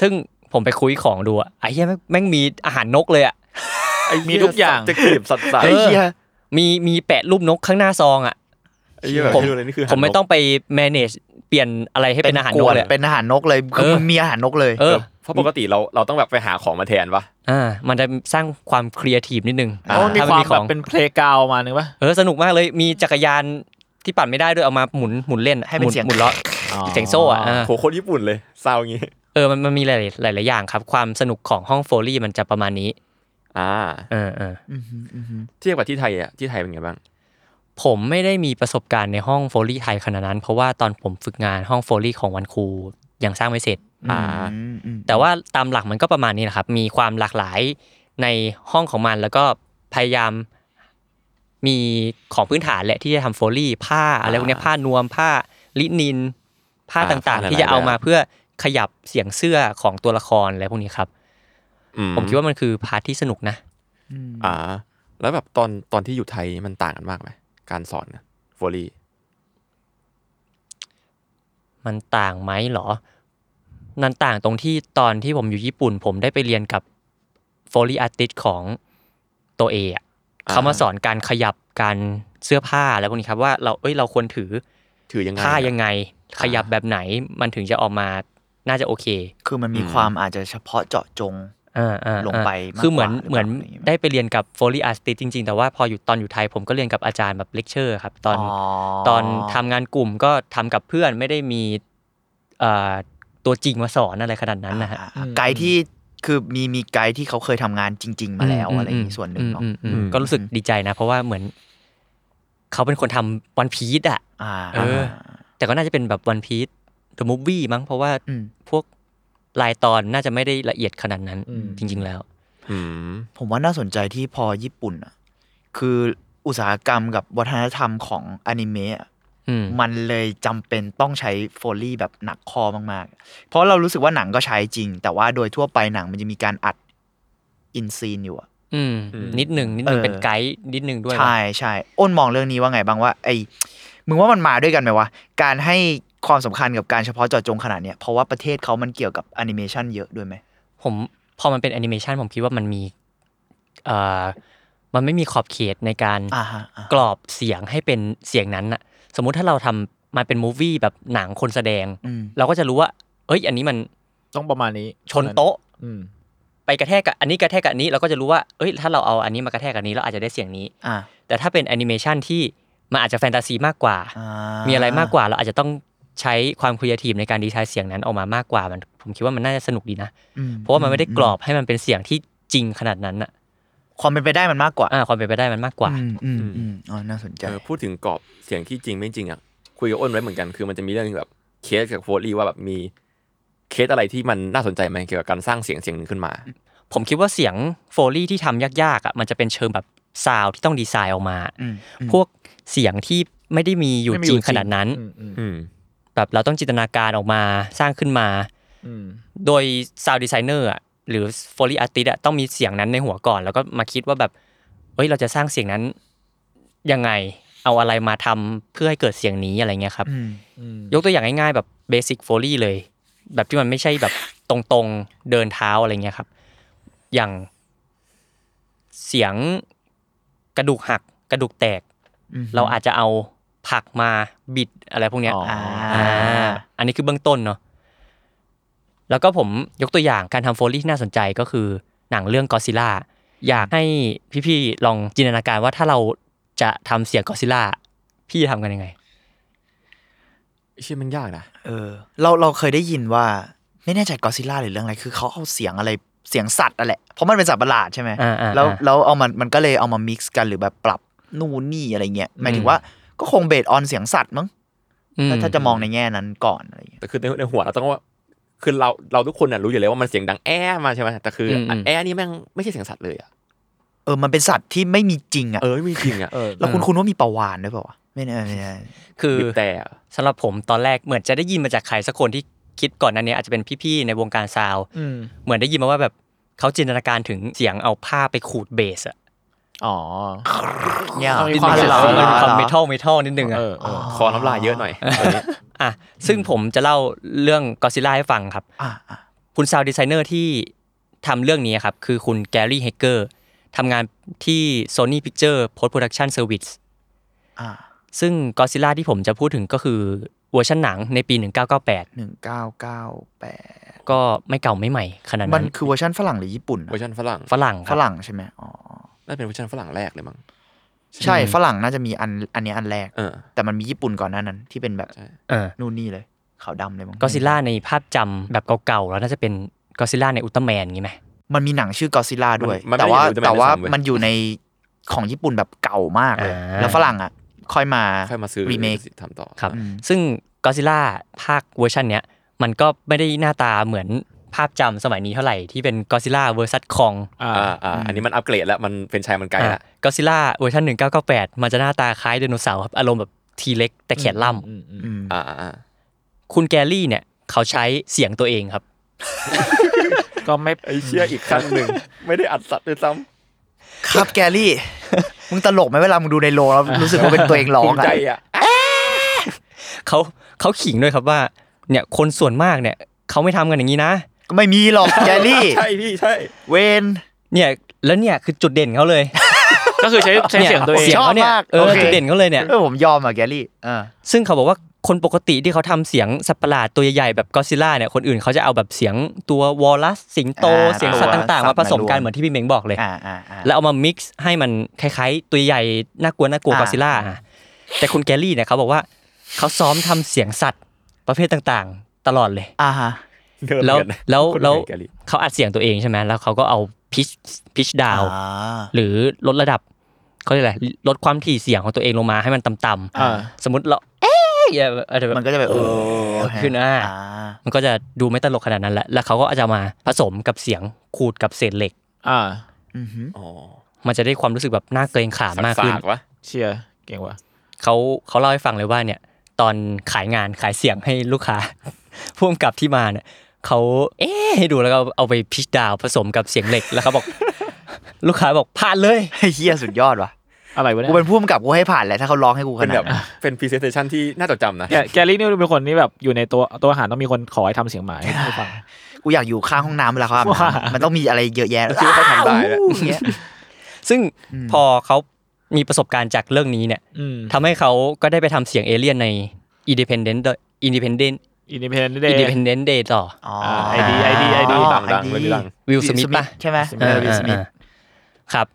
B: ซึ่งผมไปคุยของดูอะไอ้เหี้ยแม่งแม่งมีอาหารนกเลยอะ
C: มีทุกอย่าง
D: จะขีบสัตว์สัตว์
E: ไอ้เหี้ย
B: มีมีแปะรูปนกข้างหน้าซองอะ
D: ไอ้เหี้ยแบบ
B: ผม
D: ไม่รู้เลยนี่คือ
B: ผมไม่ต้องไป manage เปลี่ยนอะไรให้เป็นอาหารนกเลย
E: เป็นอาหารนกเลยคือ
B: เออ
E: มันมีอาหารนกเลย
B: เออ
D: เพราะปกติเราเราต้องแบบไปหาของมาแทนปะ
B: อ่ามันจะสร้างความครีเอทีฟนิดนึง
C: เพราะมันมี
B: ถ้
C: ความ
B: ไข
C: แบ
B: อบ ง
C: เป็นเพลกาวมานึงปะ
B: เออสนุกมากเลยมีจักรยานที่ปั่นไม่ได้ด้วยเอามาหมุนหมุนเล่น
E: ให้เป็นเสียง
B: หมุนล้อเสียงโซ่อะอ่า
D: โหคนญี่ปุ่นเลยซาวอย่างงี้
B: เออมันมันมีหลายหลายหลายอย่างครับ ความสนุกของห้องโฟลี่มันจะประมาณนี้
D: อ่า
B: เออเออ
E: อืมฮึอืมฮึ
D: เทียบกับที่ไทยอ่ะ ที่ไทยเป็นไงบ้าง
B: ผมไม่ได้มีประสบการณ์ในห้องโฟลี่ไทยขนาดนั้น เพราะว่าตอนผมฝึกงานห้องโฟลี่ของวันครูยังสร้างไม่เสร็จ
D: อ่า
E: อืมอืม
B: แต่ว่าตามหลักมันก็ประมาณนี้แหละครับ มีความหลากหลายในห้องของมัน แล้วก็พยายามมีของพื้นฐานแหละที่จะทำโฟลี่ผ้าอะไรพวกเนี้ยผ้านวมผ้าลินิน ผ้า
D: อ่า
B: ต่างๆ
D: ผ้า
B: ที่
D: หลายๆ
B: จะเอา
D: แบบ
B: มาเพื่อขยับเสียงเสื้อของตัวละครอะไรพวกนี้ครับ
D: อื
B: ผมคิดว่ามันคือพาร์ทที่สนุกนะ
D: อ่า แล้วแบบตอนตอนที่อยู่ไทยมันต่างกันมากไหมการสอนเนี่ยโฟลี
B: มันต่างไหมเหรอ มันต่างตรงที่ตอนที่ผมอยู่ญี่ปุ่น ผมได้ไปเรียนกับโฟลีอาร์ติสของตัวเออะเขามาสอนการขยับการเสื้อผ้าอะไรพวกนี้ครับว่าเราเอ้ยเราควรถือ
D: ถือยังไง
B: ผ้ายัง
D: อะ
B: ไง ขยับแบบไหนมันถึงจะออกมาน่าจะโอเค
E: คือมันมี
D: อืม
E: ความอาจจะเฉพาะเจาะจง
B: อ่าอ่า
E: ลงไป
B: อ่าม
E: ากกว่า
B: คือเหมือน
E: หรือเปล่า
B: เหมือน
E: อะไรอย่างงี้ไหม
B: ได้ไปเรียนกับโฟลีอาร์ติสจริง ๆ แต่ว่าพออยู่ตอนอยู่ไทยผมก็เรียนกับอาจารย์แบบเลคเชอร์ครับ ตอน ตอนทำงานกลุ่มก็ทำกับเพื่อนไม่ได้มีเอ่อตัวจริงมาสอนอะไรขนาดนั้นนะฮะ
E: อ่าอ่าไกด์ที่คือมีมีไกด์ที่เขาเคยทำงานจริง ๆ มาแล้วอะไรอย่างนี้ส่วนหนึ่งเนาะ
B: อืมอืมอืมก็รู้สึกดีใจนะ เพราะว่าเหมือน เขาเป็นคนทำวันพีซอ่ะ
E: อ่า
B: เออ แต่ก็น่าจะเป็นแบบวันพีซเดอะมูฟวี่มั้งเพราะว่า
E: า
B: พวกรายตอนน่าจะไม่ได้ละเอียดขนาดนั้น
C: อืม
B: จริง ๆ แล้ว
D: อืม
E: ผมว่าน่าสนใจที่พอญี่ปุ่นอ่ะคืออุตสาหกรรมกับวัฒนธรรมของอนิเมะอะ
B: อืม
E: มันเลยจำเป็นต้องใช้โฟลี่แบบหนักคอมากๆ เพราะเรารู้สึกว่าหนังก็ใช้จริง แต่ว่าโดยทั่วไปหนังมันจะมีการอัดอินซีนอยู่อะ
B: อืม
D: อืม
B: นิดหนึ่งนิดหนึ่ง
E: เออ
B: เป็นไกด์นิดหนึ่งด้วย
E: ใช่ใช่อ้นมองเรื่องนี้ว่าไงบ้างว่าไอ้มึงว่ามันมาด้วยกันไหมวะ การให้ความสำคัญกับการเฉพาะเจาะจงขนาดเนี้ยเพราะว่าประเทศเขามันเกี่ยวกับแอนิเมชันเยอะด้วยไหม
B: ผมพอมันเป็นแอนิเมชันผมคิดว่ามันมีเอ่อมันไม่มีขอบเขตในการ
E: อ่าฮะอ่าฮะ
B: กรอบเสียงให้เป็นเสียงนั้นน่ะ สมมุติถ้าเราทำมันเป็นมูฟวี่แบบหนังคนแสดง
E: อืม
B: เราก็จะรู้ว่า เอ้ย อันนี้มัน
C: ต้องประมาณนี้
B: ชนโต๊ะ
C: อืม
B: ไปกระแทกกับอันนี้กระแทกกับอันนี้เราก็จะรู้ว่าเอ้ย ถ้าเราเอาอันนี้มากระแทกกับอันนี้เราอาจจะได้เสียงนี้
E: อ่า
B: แต่ถ้าเป็นแอนิเมชันที่มันอาจจะแฟนตาซีมากกว่า
E: อ่า
B: มีอะไรมากกว่าเราอาจจะต้องใช้ความครีเอทีฟในการดีไซน์เสียงนั้นออกมามากกว่ามันผมคิดว่ามันน่าจะสนุกดีนะ
E: อืม
B: เพราะว่ามันไม่ได้กรอบให้มันเป็นเสียงที่จริงขนาดนั้นน่ะ
E: ความเป็นไปได้มันมากกว่า
B: อ่าความเป็นไปได้มันมากกว่า
E: อืมอืมอืมอ๋อ น่าสนใจ
D: เออพูดถึงกรอบเสียงที่จริงไม่จริงอ่ะคุยกับอ้นไว้เหมือนกันคือมันจะมีเรื่องแบบเคสกับโฟลีว่าแบบมีเคสอะไรที่มันน่าสนใจไหมเกี่ยวกับการสร้างเสียงเสียงหนึ่งขึ้นมา
B: ผมคิดว่าเสียงโฟลี่ที่ทำยากๆอ่ะมันจะเป็นเชิงแบบซาวที่ต้องดีไซน์ออกมา
E: อืมอืม
B: พวกเสียงที่ไม่ได้มีอยู่
C: ไม่มี
B: จ
C: อยู่
B: ริง
C: จริง
B: ขนาดนั้น
C: อืมอืม
D: อืม
B: แบบเราต้องจินตนาการออกมาสร้างขึ้นมา
C: อืม
B: โดยซาวดีไซเนอร์อ่ะหรือโฟลี่อาร์ติสอ่ะต้องมีเสียงนั้นในหัวก่อน แล้วก็มาคิดว่าแบบเอ้ยเราจะสร้างเสียงนั้นยังไงเอาอะไรมาทำเพื่อให้เกิดเสียงนี้อะไรเงี้ยครับ
E: อืม
B: ยกตัวอย่างง่ายๆแบบเบสิกโฟลี่เลย แบบที่มันไม่ใช่แบบ [laughs] ตรงๆเดินเท้าอะไรเงี้ยครับ อย่างเสียงกระดูกหักกระดูกแตก
E: อืม
B: เราอาจจะเอาผักมาบิดอะไรพวกเนี้ย
C: อ๋ออ่
B: อ่าอันนี้คือเบื้องต้นเนาะแล้วก็ผมยกตัวอย่างการทำโฟลี่ที่น่าสนใจก็คือหนังเรื่องกอซิล่าอยากให้พี่ๆลองจินตนาการว่าถ้าเราจะทำเสียงกอซิล่าพี่จะทำกันยังไง
D: เชื่อมันยากนะ
E: เออ เรา เราเคยได้ยินว่า ไม่แน่ใจกอซิล่าหรือเรื่องอะไร คือเขาเอาเสียงอะไร เสียงสัตว์อะแหละ เพราะมันเป็นสัตว์ประหลาดใช่ไหม
B: อ่าอ่า
E: แล้ว
B: อ่า
E: แล้วเอามัน มันก็เลยเอามามิกซ์กันหรือแบบปรับนู่นนี่อะไรเงี้ย หมายถึงว่า ก็คงเบสออนเสียงสัตว์มั้ง
B: อืม
E: ถ้าถ้าจะมองในแง่นั้นก่อนอะไรเงี้ย
D: แต่คือในในหัวเราต้องว่าคือเราเราทุกคนน่ะรู้อยู่แล้วว่ามันเสียงดังแอ้มาใช่ไหมแต่คืออ
B: มอืม
D: แอ้นี่แม่งไม่ใช่เสียงสัตว์เลยอ่ะ
E: เออ มันเป็นสัตว์ที่ไม่มีจริงอะ
D: เออไม่มีจริงอ่ะ
C: เออ
E: แล้วคุณคุณว่ามีปลาวาฬด้วยเปล่าวะไม่แน่ไม่แน่
B: คือ
D: บีบแต่
B: สำหรับผมตอนแรกเหมือนจะได้ยินมาจากใครสักคนที่คิดก่อนหนั้นเนี่ยอาจจะเป็นพี่ๆในวงการซาวด์
C: อืม
B: เหมือนได้ยินมาว่าแบบเขาจินตนาการถึงเสียงเอาผ้าไปขูดเบสอะ
C: อ๋อ
E: เนี่ย
C: เอาอีก
B: ที่มันเป็น
C: เหรอ
B: ความ
C: หร
B: ความเมทัลเมทัลนิดนึงอะ
C: เออเออ
D: คอน้ำลายเยอะหน่อย
B: อ่ะซึ่งผมจะเล่าเรื่องกอซิล่าให้ฟังครับ
E: อ่ะอ่ะ
B: คุณซาวด์ดีไซเนอร์ที่ทำเรื่องนี้ครับ คือคุณแกรี่เฮเกอร์ทำงานที่ Sony Picture Post Production Service
E: อ่ะ
B: ซึ่งกอซิล่าที่ผมจะพูดถึงก็คือเวอร์ชันหนังในปี 1998
E: หนึ่งเก้าเก้าแปด
B: ก็ไม่เก่าไม่ใหม่ขนาด
E: มัน
B: นั้น
E: คือเวอร์ชันฝรั่งหรือญี่ปุ่นอะ
D: เวอร์ชันฝรั่ง
B: ฝรั่งค
E: ฝ
B: รับ
E: รั่งใช่ไหมอ๋อ
D: น่าจะเป็นเวอร์ชันฝรั่งแรกเลยมั้ง
E: ใช่ฝรั่งน่าจะมีอันอันเนี้ยอันแรก
D: เออ
E: แต่มันมีญี่ปุ่นก่อนหน้านั้น ที่เป็นแบบ
D: ใช่
B: เออ
E: นู่นนี่เลยขาวดำเลยมั้ง
B: ก็ซิล่าในภาพจำแบบเก่าๆ แล้วน่าจะเป็นก็ซิล่าในอุลตร้าแมนงี้ไหม
E: มันมีหนังชื่อกอซิล่าด้วย
D: มันมัน
E: แต่ว่า
D: ไม่ได้อยู่ใน
E: แต่ว่า
D: Ultraman ด้วยซ้ำเว้ย
E: มันอยู่ในของญี่ปุ่นแบบเก่ามากเลย
B: อ่า
E: แล้วฝรั่งอ่ะ ค่อยมา
D: ค่อยมาซื้อ
E: รีเมค
D: ทำต่อ
B: ครับ
E: อืม
B: ซึ่งก็ซิล่าภาคเวอร์ชันเนี้ย มันก็ไม่ได้หน้าตาเหมือนภาพจำสมัยนี้เท่าไหร่ที่เป็นก็ซิล่าเวอร์ซัสคอง
C: อ่า
D: อ่าอ่าอันนี้มันอัปเกรดแล้วมันเป็นชายมันไกลละ
B: ก็ซิล่าเวอร์ชัน1998 มันจะหน้าตาคล้ายไดโนเสาร์ครับ อารมณ์แบบทีเล็กแต่แขนล่ำ
C: อืมอืม
E: อืม
D: อ่าอ่าอ่า
B: คุณแกลลี่เนี่ย เขาใช้เสียงตัวเองครับ
C: ก็ไม่ [laughs]
D: ไอเชี่ยอีกครั้งหนึ่ง ไม่ได้อัดสัตว์ด้วยซ้
E: ครับแกลี่ มึงตลกไหมเวลามึงดูในโลแล้วรู้สึกว่าเป็นตัวเอง
D: ำ
E: ร้อ
D: ภู
E: ง
D: มิ
E: อะ
D: ใจอ่ะ
B: เขาเขาขิงด้วยครับว่าเนี่ยคนส่วนมากเนี่ยเขาไม่ทำกันอย่างนี้นะ
E: ก็ไม่มีหรอกแกลี่
D: ใช่พี่ใช่
E: เวน
B: เนี่ยแล้วเนี่ยคือจุดเด่นเขาเลย
C: ก็คือใช้ใช้เสียงตัวเอง
B: เสียงเขาเนี่ยเออจุดเด่นเขาเลยเนี่ย
E: เออผมยอมอ่ะแกลี่เออ
B: ซึ่งเขาบอกว่าคนปกติที่เขาทำเสียงสัตว์ประหลาดตัวใหญ่ๆแบบก็ซิล่าเนี่ยคนอื่นเขาจะเอาแบบเสียงตัววอลลัสสิงโตเสียงสัตว์ต่างๆมาผสมกันเหมือนที่พี่เม้งบอกเลย
E: อ่าอ่าอ่า
B: แล้วเอามา mix ให้มันคล้ายๆ ตัวใหญ่น่ากลัวน่ากลัว
E: อ่า
B: กอซิล่าแต่คุณแกลลี่เนี่ยเขาบอกว่าเขาซ้อมทำเสียงสัตว์ประเภทต่างๆ ตลอดเลย
E: อ่าฮะ
D: เดิน
B: แล้ว
D: เหมือน
B: แล้ว
D: กันคน
B: แล้ว
D: เหมือนกันลิ
B: เขาอัดเสียงตัวเองใช่ไหมแล้วเขาก็เอาพิชพิชดาว
E: อ่า
B: หรือลดระดับเขาเรียกอะไรลดความถี่เสียงของตัวเองลงมาให้มันต่
C: อ่า
B: ำๆสมมติเราเอ๊ะอย่างอะไรแบบ
E: มันก็จะแบบเออ
B: ขึ้นอ่ะ มันก็จะดูไม่ตลกขนาดนั้นแหละ แล้วเขาก็จะมาผสมกับเสียงขูดกับเศษเหล็ก
C: อ่า
E: อือหื [laughs] อ
D: อ๋อ
B: มันจะได้ความรู้สึกแบบน่าเกรงขามมากขึ้น
D: สากๆวะ
C: เชียร์เก่งว่ะ
B: เขาเขาเล่าให้ฟังเลยว่าเนี่ย ตอนขายงานขายเสียงให้ลูกค้า [laughs] พ่วงกับที่มาเนี่ยเขาเอ๊ะให้ดูแล้วก็เอาไปพิชดาวผสมกับเสียงเหล็กแล้วเขาบอก [laughs] ลูกค้าบอกผ่านเลย
E: เฮียสุดยอดว่ะ
C: อะไรวะเนี่
E: กู
C: ย
E: เป็นผู้กำกับกูให้ผ่านแหละถ้าเขาร้องให้กูข
D: เป็น
E: นา
D: แบ
E: ด
D: บ
E: นั้น
D: เป็นพรีเซนเทชันที่น่าจดจำนะ
C: เนี่ยแกลลี่นี่เป็นคนที่แบบอยู่ในตัวตัวอาหารต้องมีคนขอให้ทำเสียงหมาให้ฟัง
E: กูอยากอยู่ข้างห้องน้ำเวลาเขาอาบน้ำมันต้องมีอะไรเยอะ
B: [laughs]
E: แยะ
D: คิดว่าเขาทำได้แหละ
E: เงี้ย
B: ซึ่งพอเขามีประสบการณ์จากเรื่องนี้เนี่ย
C: อืม
B: ทำให้เขาก็ได้ไปทำเสียงเอเลี่ยนใน Independent ด้วย Independent
C: อินดิเพนเดนเดย์
B: Independent Day ต่อ
E: อ๋อ
C: ID ID
D: ดังดังๆเลยดัง
B: วิลสมิธป่ะ
E: ใช่ไหมเออวิลสมิธ
B: อ่าๆครับ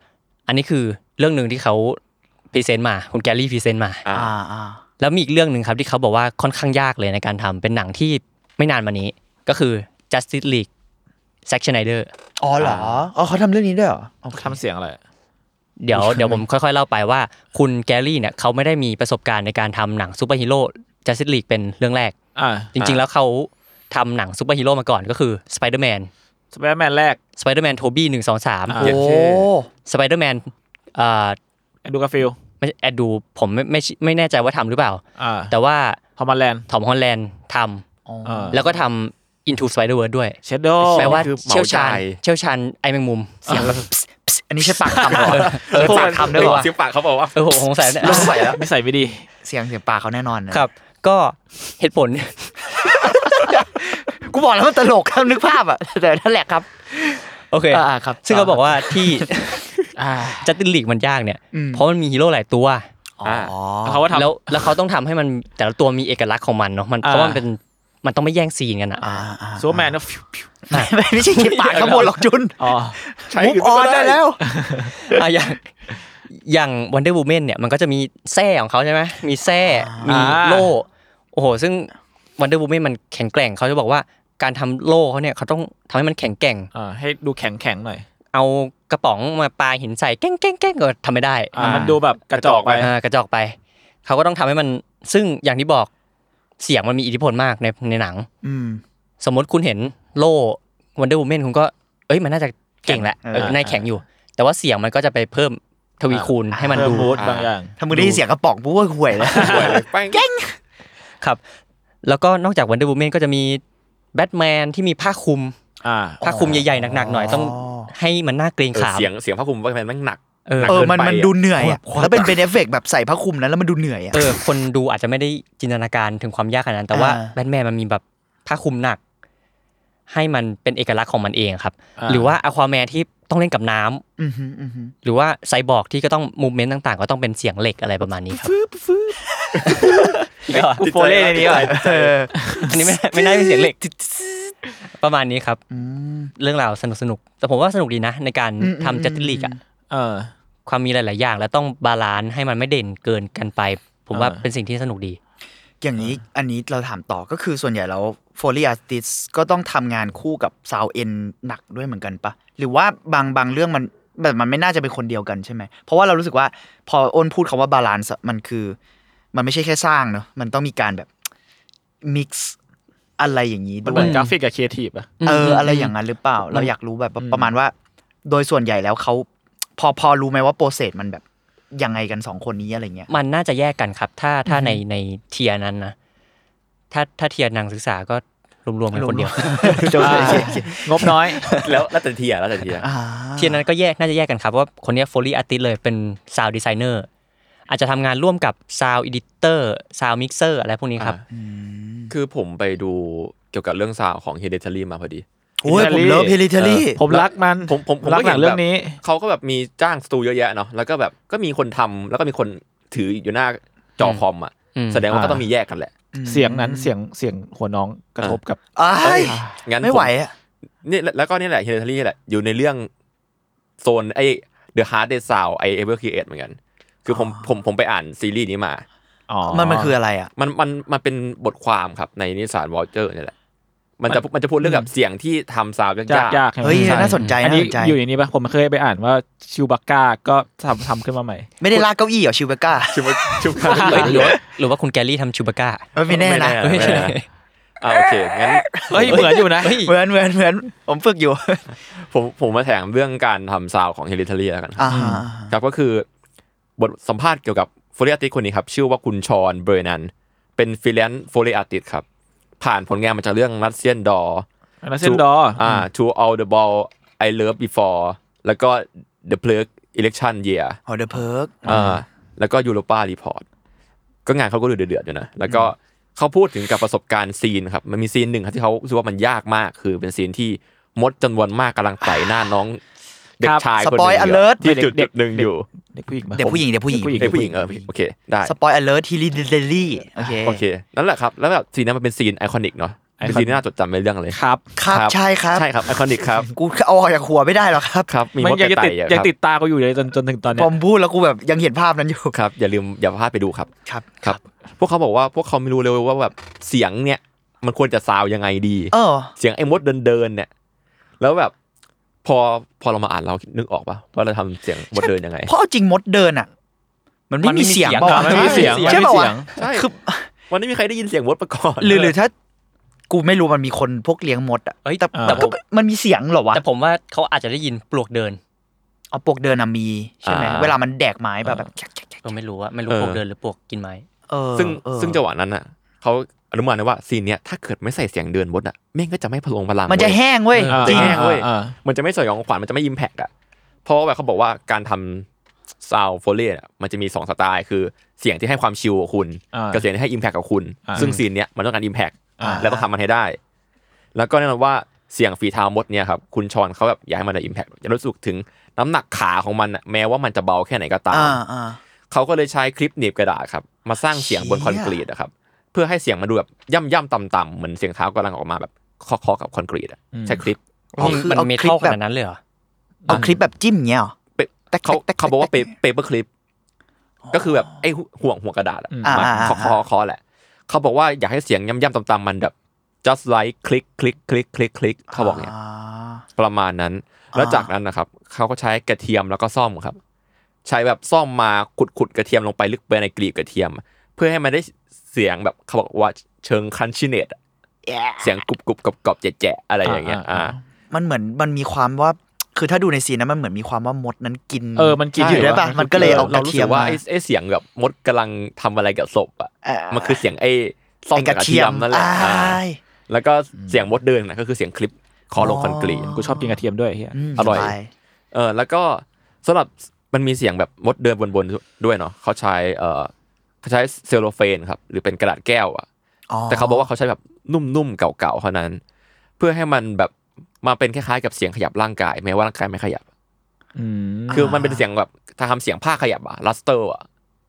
B: อันนี้คือเรื่องหนึ่งที่เขาพรีเซนต์มา คุณแกลลี่พรีเซนต์มา
D: อ่า
E: อ่าอ่า
B: แล้วมีอีกเรื่องหนึ่งครับที่เขาบอกว่าค่อนข้างยากเลยในการทำเป็นหนังที่ไม่นานมานี้ ก็คือ Justice League แซ็กชไนเดอร์
E: อ๋อเหรออ๋อเขาทำเรื่องนี้ด้วยเหรอโอเค
C: ทำเสียงอะไร
B: เดี๋ยว
E: [laughs]
B: เดี๋ยวผมค่อยๆเล่าไปว่า คุณแกลลี่เนี่ยเขาไม่ได้มีประสบการณ์ในการทำหนังซูเปอร์ฮีโร่ Justice League เป็นเรื่องแรก
C: อ่า
B: จริงๆแล้วเขาทำหนังซูเปอร์ฮีโร่มาก่อนก็คือ Spider-Man
C: สไปเดอร์แมนแรก
B: Spider-Man Toby 1 2 3
C: อ่า
E: โอ้
B: Spider-Man เอ่อ
C: แอนดูกาฟิลด์
B: ไม่แอดดูผมไม่ไม่ไม่แน่ใจว่าทำหรือเปล่า
C: อ่า
B: แต่ว่า
C: ทอมฮอลแลนด์
B: ทอมฮอลแลนด์ท
C: อ่า
B: ำแล้วก็ทำ Into Spider-Verse ด้วย
C: เชดโด
B: แปลว่า
C: [laughs]
D: คือเหมา
B: เชี่ยวชาญ
D: จ่าย
B: เชี่ยวชาญไอแมงมุมเสียง
E: [laughs]
B: แบบ
E: อันนี้ใช่ปากทำเหรอ
D: เออ
E: ปากทำด้วยวะ
D: เสียงปากเขาบอกว่า
B: เออผมสงสัยเนี่ย
C: ลงใส่แล้วไม่ใส่ไม่ดี
E: เสียงเสียงปากเขาแน่นอนนะครับ
B: ก็เหตุผล [laughs]
E: กูบอกแล้วมันตลกครับนึกภาพอ่ะ [laughs] แต่นั่นแหละครับ
B: โอเค
E: อ่าครับ
B: ซึ่งเขาบอกว่าที่ [laughs]
C: อ่า
B: จัตตินลีกมันยากเนี่ย
E: อืม
B: เพราะมันมีฮีโร่หลายตัว
E: อ๋ออ๋อ
C: เขาก็ทำ
B: แล้วแล้วเขาต้องทำให้มันแต่ละตัวมีเอกลักษณ์ของมันเนาะมัน
C: อ่า
B: เพราะมันเป็นมันต้องไม่แย่งซีนกันอะ
E: อ่าอ่า
C: ซูเปอร์แมนก็ฟิวฟิว
E: ไม่ไม่ใช่คิดปากข้างบนหรอกจุน
C: อ๋อ
D: ใช้
E: มุก
D: ยู่
E: อ
D: ก็
E: อนได้แล้ว
B: [laughs] อ่ะอย่างอย่างวันเดอร์ m ูแมนเนี่ยมันก็จะมีแส้ของเขาใช่ไหมมีแส้มี
C: อ่า
B: โล่โอ้โห ซึ่งวันเดอร์ m ูแมนมันแข็งแกร่งเขาจะบอกว่าการทำโล่เขาเนี่ยเขาต้องทำให้มันแข็งแกร่ง
C: อ่าให้ดูแข็งแข็งๆหน่อย
B: เอากระป๋องมาปาหินใส่แก้งแก้งแก้งก็ทำไม่ได้
C: อ่ามันดูแบบกระจอกไป
B: อ่ากระจอกไป เขาก็ต้องทำให้มันซึ่งอย่างที่บอกเสียงมันมีอิทธิพลมากในในหนัง
E: อืม
B: สมมติคุณเห็นโล่วันเดอร์ m ูแมนคุณก็ เอ้ยมันน่าจะเก่งแหละ
E: แข็ง
B: เออ
E: เออ
B: นายแข็งอยู่ แต่ว่าเสียงมันก็จะไปเพิ่มทวีคูณให้มัน
C: เพิ่
B: ดู
C: มูดบางอย่าง
E: ถ้ามึงได้ยินเสียงกระป๋องปุ๊บก็ห่วยแล้ว
D: ป่วยเลยแป้ง
B: ครับ แล้วก็นอกจากวันเดอร์ m ูแมนก็จะมีแบทแมนที่มีผ้าคลุม
C: อ่า
B: ผ้าคลุมใหญ่ๆ หนักๆ หน่อยต้องให้มันน่าเกรง
D: เออ
B: ขาม
D: เสียงเสียงผ้าคลุมว่ามันแม่งหนัก
B: เออ
E: เออ มัน
D: เกินไป
E: มัน
D: อะ
E: ดูเหนื่อยอะ
B: ความ
E: แล้วเป็นเบนเอฟเฟกแบบใส่ผ้าคลุมนั้นแล้วมันดูเหนื่อยอะ
B: เออ คนดูอาจจะไม่ได้จินตนาการถึงความยากขนาดนั้น แต่ว่า
E: อ่า
B: แบทแมนมันมีแบบผ้าคลุมหนัก ให้มันเป็นเอกลักษณ์ของมันเองครับ
C: อ่า
B: หรือว่าอควาแมนที่ต้องเล่นกับน้ำ
E: อือหืออือหือ
B: หรือว่าไซบอร์กที่ก็ต้องมูเมนต์ต่างๆ ก็ต้องเป็นเสียงเหล็กอะไรประมาณนี้ครับอีกแล้วอะ
D: ติดใจ
C: โฟเล่ในนี้ว่ะ
D: ติดใจ
B: อันนี้ไม่ไม่น่าเป็นเสียงเหล็ก ประมาณนี้ครับ
E: อืม
B: เรื่องราวสนุกสนุกๆแต่ผมว่าสนุกดีนะ ในการ
E: อืมอืม
B: ทำจัตติลีกอะ
C: เออ
B: ความมีหลาย ๆ อย่าง แล้วต้องบาลานซ์ให้มันไม่เด่นเกินกันไป ผมว่า
C: อ่า
B: เป็นสิ่งที่สนุกดี
E: อย่างนี้ อันนี้เราถามต่อก็คือส่วนใหญ่แล้วโฟลีอาร์ติสก็ต้องทำงานคู่กับซาวเอ็นหนักด้วยเหมือนกันปะ หรือว่าบางบางเรื่องมันแบบมันไม่น่าจะเป็นคนเดียวกันใช่ไหม เพราะว่าเรารู้สึกว่าพออ้นพูดคำว่าบาลานซ์มันคือ มันไม่ใช่แค่สร้างเนอะมันต้องมีการแบบมิกซ์อะไรอย่างนี้
C: มัน
E: ด้
C: เห
E: ว
C: มือย นกราฟิกกับครีเอทีฟอะ
E: เอออะไรอย่างนั้นหรือเปล่า เราอยากรู้แบบประมาณว่า โดยส่วนใหญ่แล้วเขาพอพอรู้ไหมว่าโปรเซสมันแบบยังไงกันสองคนนี้อะไรเงี้ย
B: มันน่าจะแยกกันครับ ถ้าถ้าในในเทียร์นั้นนะ ถ้าถ้าเทียร์นังศึกษาก็รวมๆกันคนเดียว
E: โจทย์
C: อ่า งบน้อย
D: แล้วแล้วแต่เทียร์แล้วแต่เทียร์
E: อ่า
B: เทียร์นั้นก็แยกน่าจะแยกกันครับเพราะว่าคนเนี้โฟลี่อาร์ติสเลยเป็นซาวด์ดีไซเนอร์อาจจะทำงานร่วมกับซาวด์อดิเตอร์ซาวด์มิกเซอร์อะไรพวกนี้ครับ
E: อืม
D: คือผมไปดูเกี่ยวกับเรื่องสาวของเฮเดทารีมาพอดี
E: โอ้ยผมเลิฟ
C: Hereditary
E: เฮลิเทอรี่
C: ผมรักมัน
D: ผมผมผม
C: รักห
D: ก็
C: นัง
D: เห็น
C: เรื่อ
D: แบบ
C: งนี้
D: เขาก็แบบมีจ้างสตูเยอะแยะเนาะแล้วก็แบบก็มีคนทำแล้วก็มีคนถืออยู่หน้าจออ
B: ม
D: คอมอ่ะ
B: อืม
D: แสดงว่าก็
C: อ่า
D: ต้องมีแยกกันแหละ
C: เสียงนั้นเสียงเสียงหัวน้องกระทบกับ
E: อ้าย
D: งั้น
E: ไม่ไหว
D: ผ
E: อ่ะ
D: นี่แล้วแล้วก็นี่แหละเฮเดทารีแหละอยู่ในเรื่องโซนไอ The Hard Day Sound ไอ Ever Create เหมือนกัน คือผมผมผมไปอ่านซีรีส์นี้มา
C: อ๋อ
E: มันมันคืออะไรอ่ะ
D: มันมันมันเป็นบทความครับในนิสานวอลเจอร์นี่ยแหละ มันจะมันจะพูดเรื่องแบบเสียงที่ทำซาวด์
C: ยาย
D: าก ก
C: ยากใช่ไหม
E: เฮ้ย
C: ใช่
E: น่าสนใจ
C: อัน
E: น่า
C: นี้
E: สนใจ
C: อยู่ในนี้ปะผมเคยไปอ่านว่าชิวบักก้าก็ทำทำขึ้นมาใหม่
E: ไม่ได้ลากเก้าอี้เหรอชิวเบก้า
D: ๆชุบชุบ
B: [laughs]
D: กัน
B: หรือหรื
D: เลย
B: อว่าหรือว่าคุณแกลลี่ทำชูบาก้า
E: ไม่แน่นะ
D: ไม่แน่นะอ่ะโอเค งั้น
C: เฮ้ย เหมือนอยู่นะ
E: เหมือนเหมือนเหมือนผมฝึกอยู่
D: ผมผมมาแถมเรื่องการทำซาวของเฮลิเทอรี่แล้วกัน
E: อ่าฮะ
D: ครับก็คือบทสัมภาษณ์เกี่ยวกับโฟลิอาติสคนนี้ครับ ชื่อว่าคุณชอนเบรนัน เป็นฟรีแลนซ์โฟลิอาติสครับ ผ่านผลงานมาจากเรื่องรัสเซียนดอ
C: อันนั้นเส้นดอ
D: อ่า To All the Ball I Love Before แล้วก็ The Plug Election Year
E: หอเดอะเพิร์ก
D: อ่าแล้วก็ยูโรปารีพอร์ตก็งานเขาก็ดูเดือดๆอยู่นะ แล้วก็เขาพูดถึงกับประสบการณ์ซีนครับ มันมีซีนหนึ่งครับที่เขารู้สึกว่ามันยากมาก คือเป็นซีนที่มดจำนวนมากกำลังไต่หน้าน้องเด็กชาย
E: ส
D: คนห
E: ปอย
D: นึ่งอ
E: อ
D: ยู่
E: เลิร์
D: ที่จุดจุดหนึ่งอยู่
C: เด็กผู้หญิงปะ
E: เด็กผู้หญิงเด็กผู้หญิง
C: เด็กผู้หญิง
D: ไอ้ยผู้หญิงเออโอเคได้
E: สปอยอเลิร์ทีลีเดลี่โอเค
D: โอเคนั่นแหละครับ แล้วแบบซีนนั้นมันเป็นซีนไอคอนิกเนาะเป็นซีนที่น่าจดจำในเรื่องเลย
C: ครับ
E: ครับใช่ครับ
D: ใช่ครับไอคอนิกครับ
E: กูเอาออกจากหัวไม่ได้หรอกครับ
D: ครับมี
C: มัน
D: มด
C: ยัง
D: กระ
C: ติด
D: ไต่อะ
C: ยัง
D: ครับ
C: ติดตากูอยู่เลยจนจนถึงตอน
E: พ
C: เนี้
E: อย มพูดแล้วกูแบบยังเห็นภาพนั้นอยู่
D: ครับ อย่าลืมอย่าพลาดไปดูครับ
E: ครับ
D: ครับพวกเขาบอกว่าพวกเขาไม่รู้เลยว่าแบบเสียงเนี่ย มันควรจะซาวยังไงดี
E: เออ
D: เสียงไอ้มดเดินเดินๆเนี่ย แล้วแบบพอพอเรามาอ่านเรานึกออกปะว่าเราทำเสียงมดเดินยังไง
E: เพราะเอาจริงมดเดินอ่ะ มันไม่มีเสียง
B: มัน
E: เป
B: ไม่มีเสียง
E: ล่าวะ
C: มันไม่มีเสียงมัน
E: ใช่
C: ไม่มี
E: เป
C: เสี
E: ล่าวะ
C: ยง
D: ใช่
E: คือ
D: วันนี้มีใครได้ยินเสียงมดมา
E: [laughs]
D: ก่อน
E: หรือหรือถ้า กูไม่รู้มันมีคนพวกเลี้ยงมดอ่ะ
B: เอ้ย
E: แต่
B: อ่า
E: แต่ก็มันมีเสียงเหรอวะ
B: แต่ผมว่าเขาอาจจะได้ยินปลวกเดิน
E: เอาปลวกเดินอะมีใช่ไหมเวลามันแดกไม้แบบแบบ
B: ก็ไม่รู้ว่าไม่รู้ปลวกเดินหรือปลวกกินไม้
E: เออ
D: ซึ่ง
E: เออ
D: ซึ่งจังหวะนั้นอ่ะเขาอนุมานได้ว่าซีนเนี้ยถ้าเกิดไม่ใส่เสียงเดินมดอ่ะแม่งก็จะไม่พลงพลัง
E: มันจะ
D: เว้ย
E: แห้งเว้ย
C: อ่า
E: จริง
D: แห้งเว้ย
C: อ่า
D: มันจะไม่สยองขวัญมันจะไม่อิมแพกอ่ะเพราะว่าแบบเขาบอกว่าการทำซาวโฟเล่มันจะมีสองสไตล์คือเสียงที่ให้ความชิลกับคุณ
C: อ่า
D: กับเสียงที่ให้อิมแพกกับคุณ
C: อ่า
D: ซึ่งซีนเนี้ยมันต้องการอิมแพก
C: อ่า
D: แล้วต้องทำมันให้ได้ แล้วก็แน่นอนว่าเสียงฝีเท้ามดเนี่ยครับ คุณชอนเขาแบบอยากให้มันได้อิมแพคจะรู้สึกถึงน้ำหนักขาของมันน่ะแม้ว่ามันจะเบาแค่ไหนก็ตาม
E: อ่าอ่า
D: เขาก็เลยใช้คลิปหนีบกระดาษครับ มาสร้างเสียงบนคอนกรีตนะครับ เพื่อให้เสียงมันดูแบบย่ำย่ำต่ำต่ำเหมือนเสียงเท้ากำลังออกมาแบบเคาะๆกับคอนกรีตอะ
C: อืม
D: ใช้คลิป
E: เอาคือ
B: มัน
E: เอา
B: เม
E: คลิ
B: ทัล
E: ป
B: ข
E: แบบ
B: นาดนั้นเลยเหรอ
E: เอาคลิปแบบจิ้มเงี้ยเหรอ
D: เป
E: แต่
D: เขา
E: แต่
D: เขาบอกว่า
E: แต่
D: เปเปอร์คลิป ก็คือแบบไอ้ห่วงห่วงกระดาษอะ
C: อืม
D: มา
E: อ่า
D: เคอ
E: อ่า
D: คอคอแหละ เขาบอกว่าอยากให้เสียงย่ำๆต่ำๆมันแบบ just like click click click click click เขาบอกเนี่ย
E: อ่า
D: ประมาณนั้น แล้วจากนั้นนะครับ เขาก็ใช้กระเทียมแล้วก็ซ่อมครับ ใช้แบบซ่อมมาขุดขุดๆกระเทียมลงไปลึกไปในกลีบกระเทียม เพื่อให้มันได้เสียงแบบเขาบอกว่าเชิงคันชิเนตอะเสียงกรุบกรุบกรอบกรอบๆแจะๆอะไรอย่างเงี้ย อ่า
C: อ่า
E: มันเหมือนมันมีความว่า คือถ้าดูในซีนนะมันเหมือนมีความว่ามดนั้นกิน
C: เออมันกิน
D: ใช่
E: อยู่ได้ปะมันก็เลยเอาก
D: เรา
E: ระ
D: รู้
E: เทีย
D: สึ
E: ม
D: กว่า
E: มา
D: ไอ้ไอ้เสียงแบบมดกำลังทำอะไรกับศพอะ
E: อ่ามั
D: มันคือเสียงไอ้ซ่อม
E: ไอ้
D: กับกระเทียมนั่นแหละอ่า
E: อ้าย
D: แล้วก็เสียงมดเดินนะก็คือเสียงคลิปคอลงคอนกรีต
C: กูชอบกินกระเทียมด้วยไเฮีย
E: ม
D: อร่อย
E: สบา
D: เออแล้วก็สำหรับมันมีเสียงแบบมดเดินบนๆด้วยเนาะเขาใช้เออเขาใช้เซลโลเฟนครับ หรือเป็นกระดาษแก้วอะ
E: อ๋อ
D: แต่เขาบอกว่าเขาใช้แบบนุ่มๆเก่าๆเท่านั้น เพื่อให้มันแบบมาเป็นคล้ายๆกับเสียงขยับร่างกายแม้ว่าร่างกายไม่ขยับ
C: อืม
D: คือมันเป็นเสียงแบบทำเสียงผ้าขยับอะลัสเตอร์อะ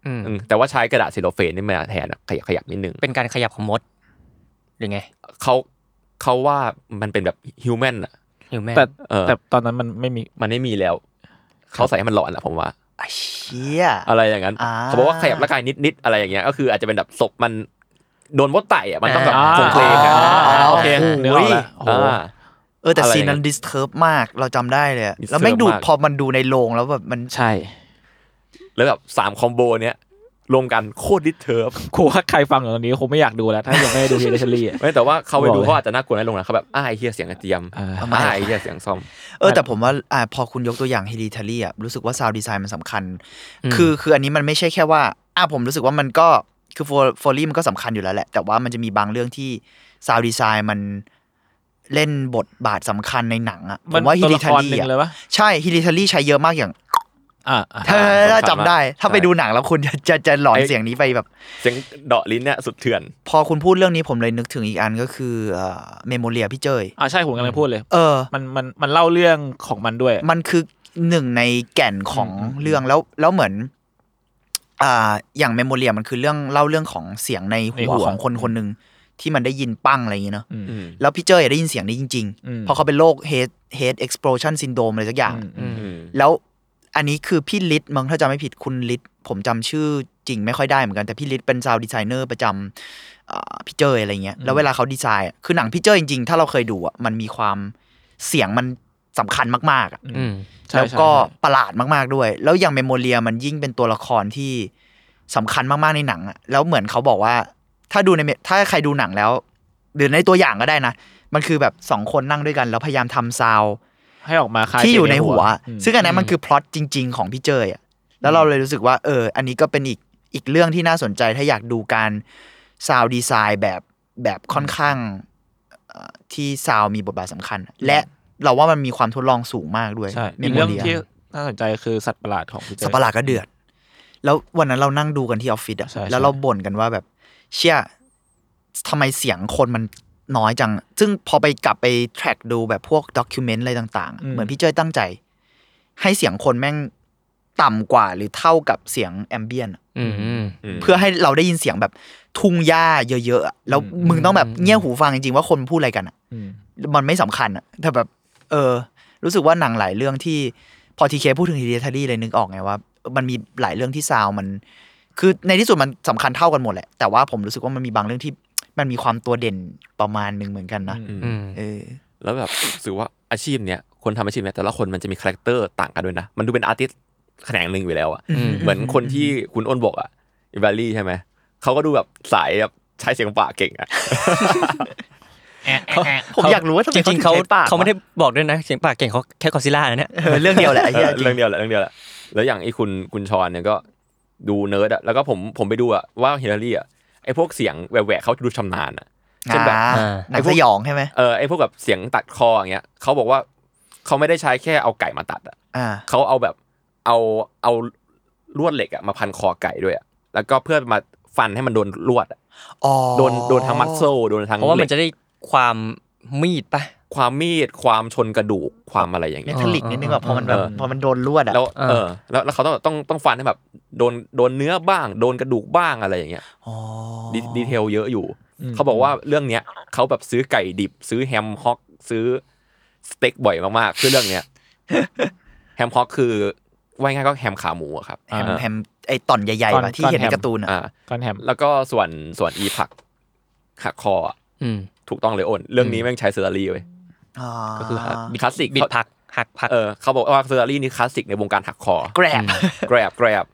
B: อืม
D: อืมแต่ว่าใช้กระดาษเซลโลเฟนนี่มาแทนอะขยับขยับนิดนึง
B: เป็นการขยับของมดหรือไง
D: เขาเขาว่ามันเป็นแบบฮิวแมนอะ
B: หิวแม่
C: แต่
D: เออ
C: แต่ตอนนั้นมันไม่มี [laughs]
D: มันไม่มีแล้วเขาใส่ให้มันหลอนอะผมว่า
E: ไอ้เชี่ย
D: อะไรอย่างนั้น
E: อ่า
D: เขาบอกว่าขยับร่างกายนิดๆอะไรอย่างเงี้ย ก็คืออาจจะเป็นแบบศพมันโดนมดไต่อะมันต้องแบบ
C: อ่า
D: คงเพลงอะ
C: อ่าอ่าโอเค
D: โอ้โห
C: นึกออกละโอ้โห
D: อ่า
E: เออแต่
D: อะไร
E: ซีนนั้นดิสเทิร์บมากเราจำได้เลยอะแล้ว
D: disturb
E: แม่งดู
D: มาก
E: พอมันดูในโรงแล้วแบบมัน
C: ใช่
D: แล้วแบบสามคอมโบเนี้ยรวมกันโคตรดิสเทิร์บ
C: กูว่าใครฟังอยู่ตอนนี้คงไม่อยากดูแล้ว ถ้ายังไม่ได้ดูเฮเล [laughs] ชลี่อ่ะ
D: ไม่แต่ว่าเขาไป
C: บอก
D: ดู
C: เลย
D: เขาอาจจะน่ากลัวน้อยลงนะเขาแบบอ้ายเฮียเสียงกระเทียม
C: อ่า
D: อ้ายเฮียเสียงซ่อม
E: เออแต่ผมว่าอ่าพอคุณยกตัวอย่างเฮลิเทอรี่อ่ะรู้สึกว่าซาวดีไซน์มันสำคัญ คือคืออันนี้มันไม่ใช่แค่ว่าอ่ะผมรู้สึกว่ามันก็ คือโฟลี่มันก็สำคัญอยู่แล้วแหละ แต่ว่ามันจะมีบางเรื่องที่ซาวดีไซน์มันเล่นบทบาทสำคัญในหนังอะผ
C: มัน
E: มว่าฮิ
C: ตัว
E: ลิ
C: ละ
E: ทั
C: ค
E: ล
C: รหนึ่
E: ลี่
C: งเลยปะ
E: ใช่ฮิลิทัลลี่ใช้เยอะมากอย่าง
C: อ่าอ่า
E: ถ้าถ้าจำได้
D: ใช่
E: ถ้าไปดูหนังแล้วคุณ [laughs] จะจะจะหลอนเสียงนี้ไปแบบ
D: เสียงเดาะลิ้นเนี่ยสุดเถื่อน
E: พอคุณพูดเรื่องนี้ผมเลยนึกถึงอีกอันก็คือเมโมเรียพี่เจย
C: อ่าใช่ผมกำลังพูดเลย
E: เออ
C: มันมันมันเล่าเรื่องของมันด้วย
E: มันคือหนึ่งในแก่นของเรื่องแล้วแล้วเหมือน อ่า อย่างเมมโมเรียมันคือเรื่องเล่าเรื่องของเสียงใน
C: ในหั
E: หั
C: ว
E: วของคนคนหนึ่งที่มันได้ยินปั้งอะไรอย่างเงี้เนาะ
C: อืม
E: แล้วพี่เจอได้ยินเสียงนี้จริง
C: อืม
E: ๆเพราะเขาเป็นโรค head head explosion syndrome อะไรสักอย่าง
C: อืมอื
B: อื
C: ม
B: ม
D: อืม
E: แล้วอันนี้คือพี่ลิศมั้งถ้าจำไม่ผิดคุณลิศผมจำชื่อจริงไม่ค่อยได้เหมือนกันแต่พี่ลิศเป็นซาวด์ดีไซเนอร์ประจำอ่าพี่เจยอะไรเงี้ยแล้วเวลาเขาดีไซน์อะคือหนังพี่เจยจริงๆ ถ้าเราเคยดูอ่ะมันมีความเสียงมันสำคัญมากๆอะ
B: อืม
C: ใช่
E: แล้ว
C: ใช่
E: ก็
C: ใช่
E: ประหลาดมากๆด้วย แล้วอย่างเมมโมเรียมันยิ่งเป็นตัวละครที่สำคัญมากๆในหนังอะแล้วเหมือนเขาบอกว่า ถ้าดูในเมถ้าใครดูหนังแล้วหรือในตัวอย่างก็ได้นะ มันคือแบบสองคนนั่งด้วยกันแล้วพยายามทำซาวด์
C: ให้ออกมาคล้าย
E: ที่อยู่
C: เสีง
E: ในหัว
C: อืม
E: ซึ่งอันนั้นมันคือพล็อตจริง ๆ ของพี่เจยอะแล้วเราเลยรู้สึกว่าเออ อันนี้ก็เป็นอีกอีกเรื่องที่น่าสนใจถ้าอยากดูการซาวด์ดีไซน์แบบแบบค่อนข้างเอ่อที่ซาวด์มีบทบาทสำคัญ และเราว่ามันมีความทดลองสูงมากด้วย
C: ใช่
E: Memoria
C: อีกเรื่องที่น่าสนใจคือสัตว์ประหลาดของพี่เจ
E: สัตว์ประหลาดก็เดือด แล้ววันนั้นเรานั่งดูกันที่ออฟฟิศอะ
C: ใช่ใช่
E: แล้วเราบ่นกันว่าแบบ เชี่ยทำไมเสียงคนมันน้อยจัง ซึ่งพอไปกลับไปแทร็กดูแบบพวกด็อกิเมนต์อะไรต่างๆ เหมือนพี่เจ้ยตั้งใจ ให้เสียงคนแม่งต่ำกว่าหรือเท่ากับเสียงแอมเบียนอะ
B: อืม
D: ม
E: เพื่อให้เราได้ยินเสียงแบบทุ่งหญ้าเยอะๆอะแล้วมึงต้องแบบเงี่ยหูฟังจริงๆว่าคนพูดอะไรกันอะ
C: อืม
E: มันไม่สำคัญอะแต่แบบ เออ รู้สึกว่าหนังหลายเรื่องที่ พอทีเคพูดถึง h e เดทารีเลยนึกออกไงว่า มันมีหลายเรื่องที่ซาวมัน คือในที่สุดมันสำคัญเท่ากันหมดแหละ แต่ว่าผมรู้สึกว่ามันมีบางเรื่องที่ มันมีความตัวเด่นประมาณหนึ่งเหมือนกันนะ
D: อืม
B: อืม
E: เออ
D: แล้วแบบรู้สึกว่าอาชีพเนี้ยคนทำอาชีพเนี้ยแต่ละคนมันจะมีคาแรคเตอร์ต่างกันด้วยนะ มันดูเป็นอาร์ติสต์แขนงหนึ่งอยู่แล้วอะ
B: อืม
D: เหมือนคนที่คุณอ้นบอกอะอิวาลี่ใช่ไหม เขาก็ดูแบบสายแบบใช้เสียงปากเก่งอะ
E: ผมอยากรู้ว่าทำไม
B: จริงๆ
E: เขา
B: เขา
E: ถึงใช้ปากวะ
B: เขาไม่ได้บอกด้วยนะเสียงปากเก่งเขาแค่กอซิล่าเนี่ย
E: เออเรื่องเดียวแหละไอ้เหี้ยจ
D: [laughs] เรื่
E: ริ
D: อง
E: ง
D: เดียวแหละเรื่องเดียวแหละแล้วอย่างไอ้คุณคุณชอนเนี่ยก็ดูเนิร์ดอะแล้วก็ผมผมไปดูอะว่าฮิลลารีอะไอ้พวกเสียงแหวกๆเขาดูชำนาญอะเช่นแบบ
E: อ่า
B: อ่า
E: หนังสยองใช่ไหม
D: เออไอ้พวกแบบเสียงตัดคออย่างเงี้ยเขาบอกว่าเขาไม่ได้ใช้แค่เอาไก่มาตัดอะ
E: อ่า
D: เขาเอาแบบเอาเอาลวดเหล็กอะมาพันคอไก่ด้วยอะแล้วก็เพื่อมาฟันให้มันโดนลวดอะ
E: อ๋อ
D: โดนโดนทั้งมัสโซโดนทั้ง
B: เพราะว่ามัน
D: เห
B: จะ
D: ล็ก
B: ได้ความมีดปะ
D: ความมีดความชนกระดูกความอะไรอย่าง
E: เม
D: เงี้ย
E: ทัลลิกนิดนึงแบบพอมันแบบ
D: เออ
E: พอมันโดนลวดอะ
D: แล้ว
B: อ่า
D: เออแล้วแล้วเขาต้องต้องต้องฟันให้แบบโดนโดนเนื้อบ้าง โดนกระดูกบ้างอะไรอย่างเงี้ย
E: อ๋อ
D: ดีดีเทลเยอะอยู่ เขาบอกว่าเรื่องเนี้ยเขาแบบซื้อไก่ดิบ ซื้อแฮมฮอก ซื้อสเต็กบ่อยมากๆ คือเรื่องเนี้ย [laughs] แฮมฮอกคือว่าง่ายก็แฮมขาหมูอะครับ
E: แฮม
D: เออ
E: แฮมไอ้ตอนใหญ่
C: ตอ
E: ๆ
C: น
E: ปะที่
C: ตอน
E: เห็นใน
C: แฮม
E: การ์ตูนอะ
D: อ่า
C: ก้อนแฮม
D: แล้วก็ส่วนส่วนอีผักหักคออะ
B: อืม
D: ถูกต้องเลยโอน เรื่องนี้แม่งใช้เซอร์รี่เว้ย
E: ก็คือ
D: อ่าบิดคลาสสิก
B: บิดพักหักพัก
D: เออเขาบอกว่าเซอร์รี่นี่คลาสสิกในวงการหักคอ
E: แกรบ
D: แกรบแกรบ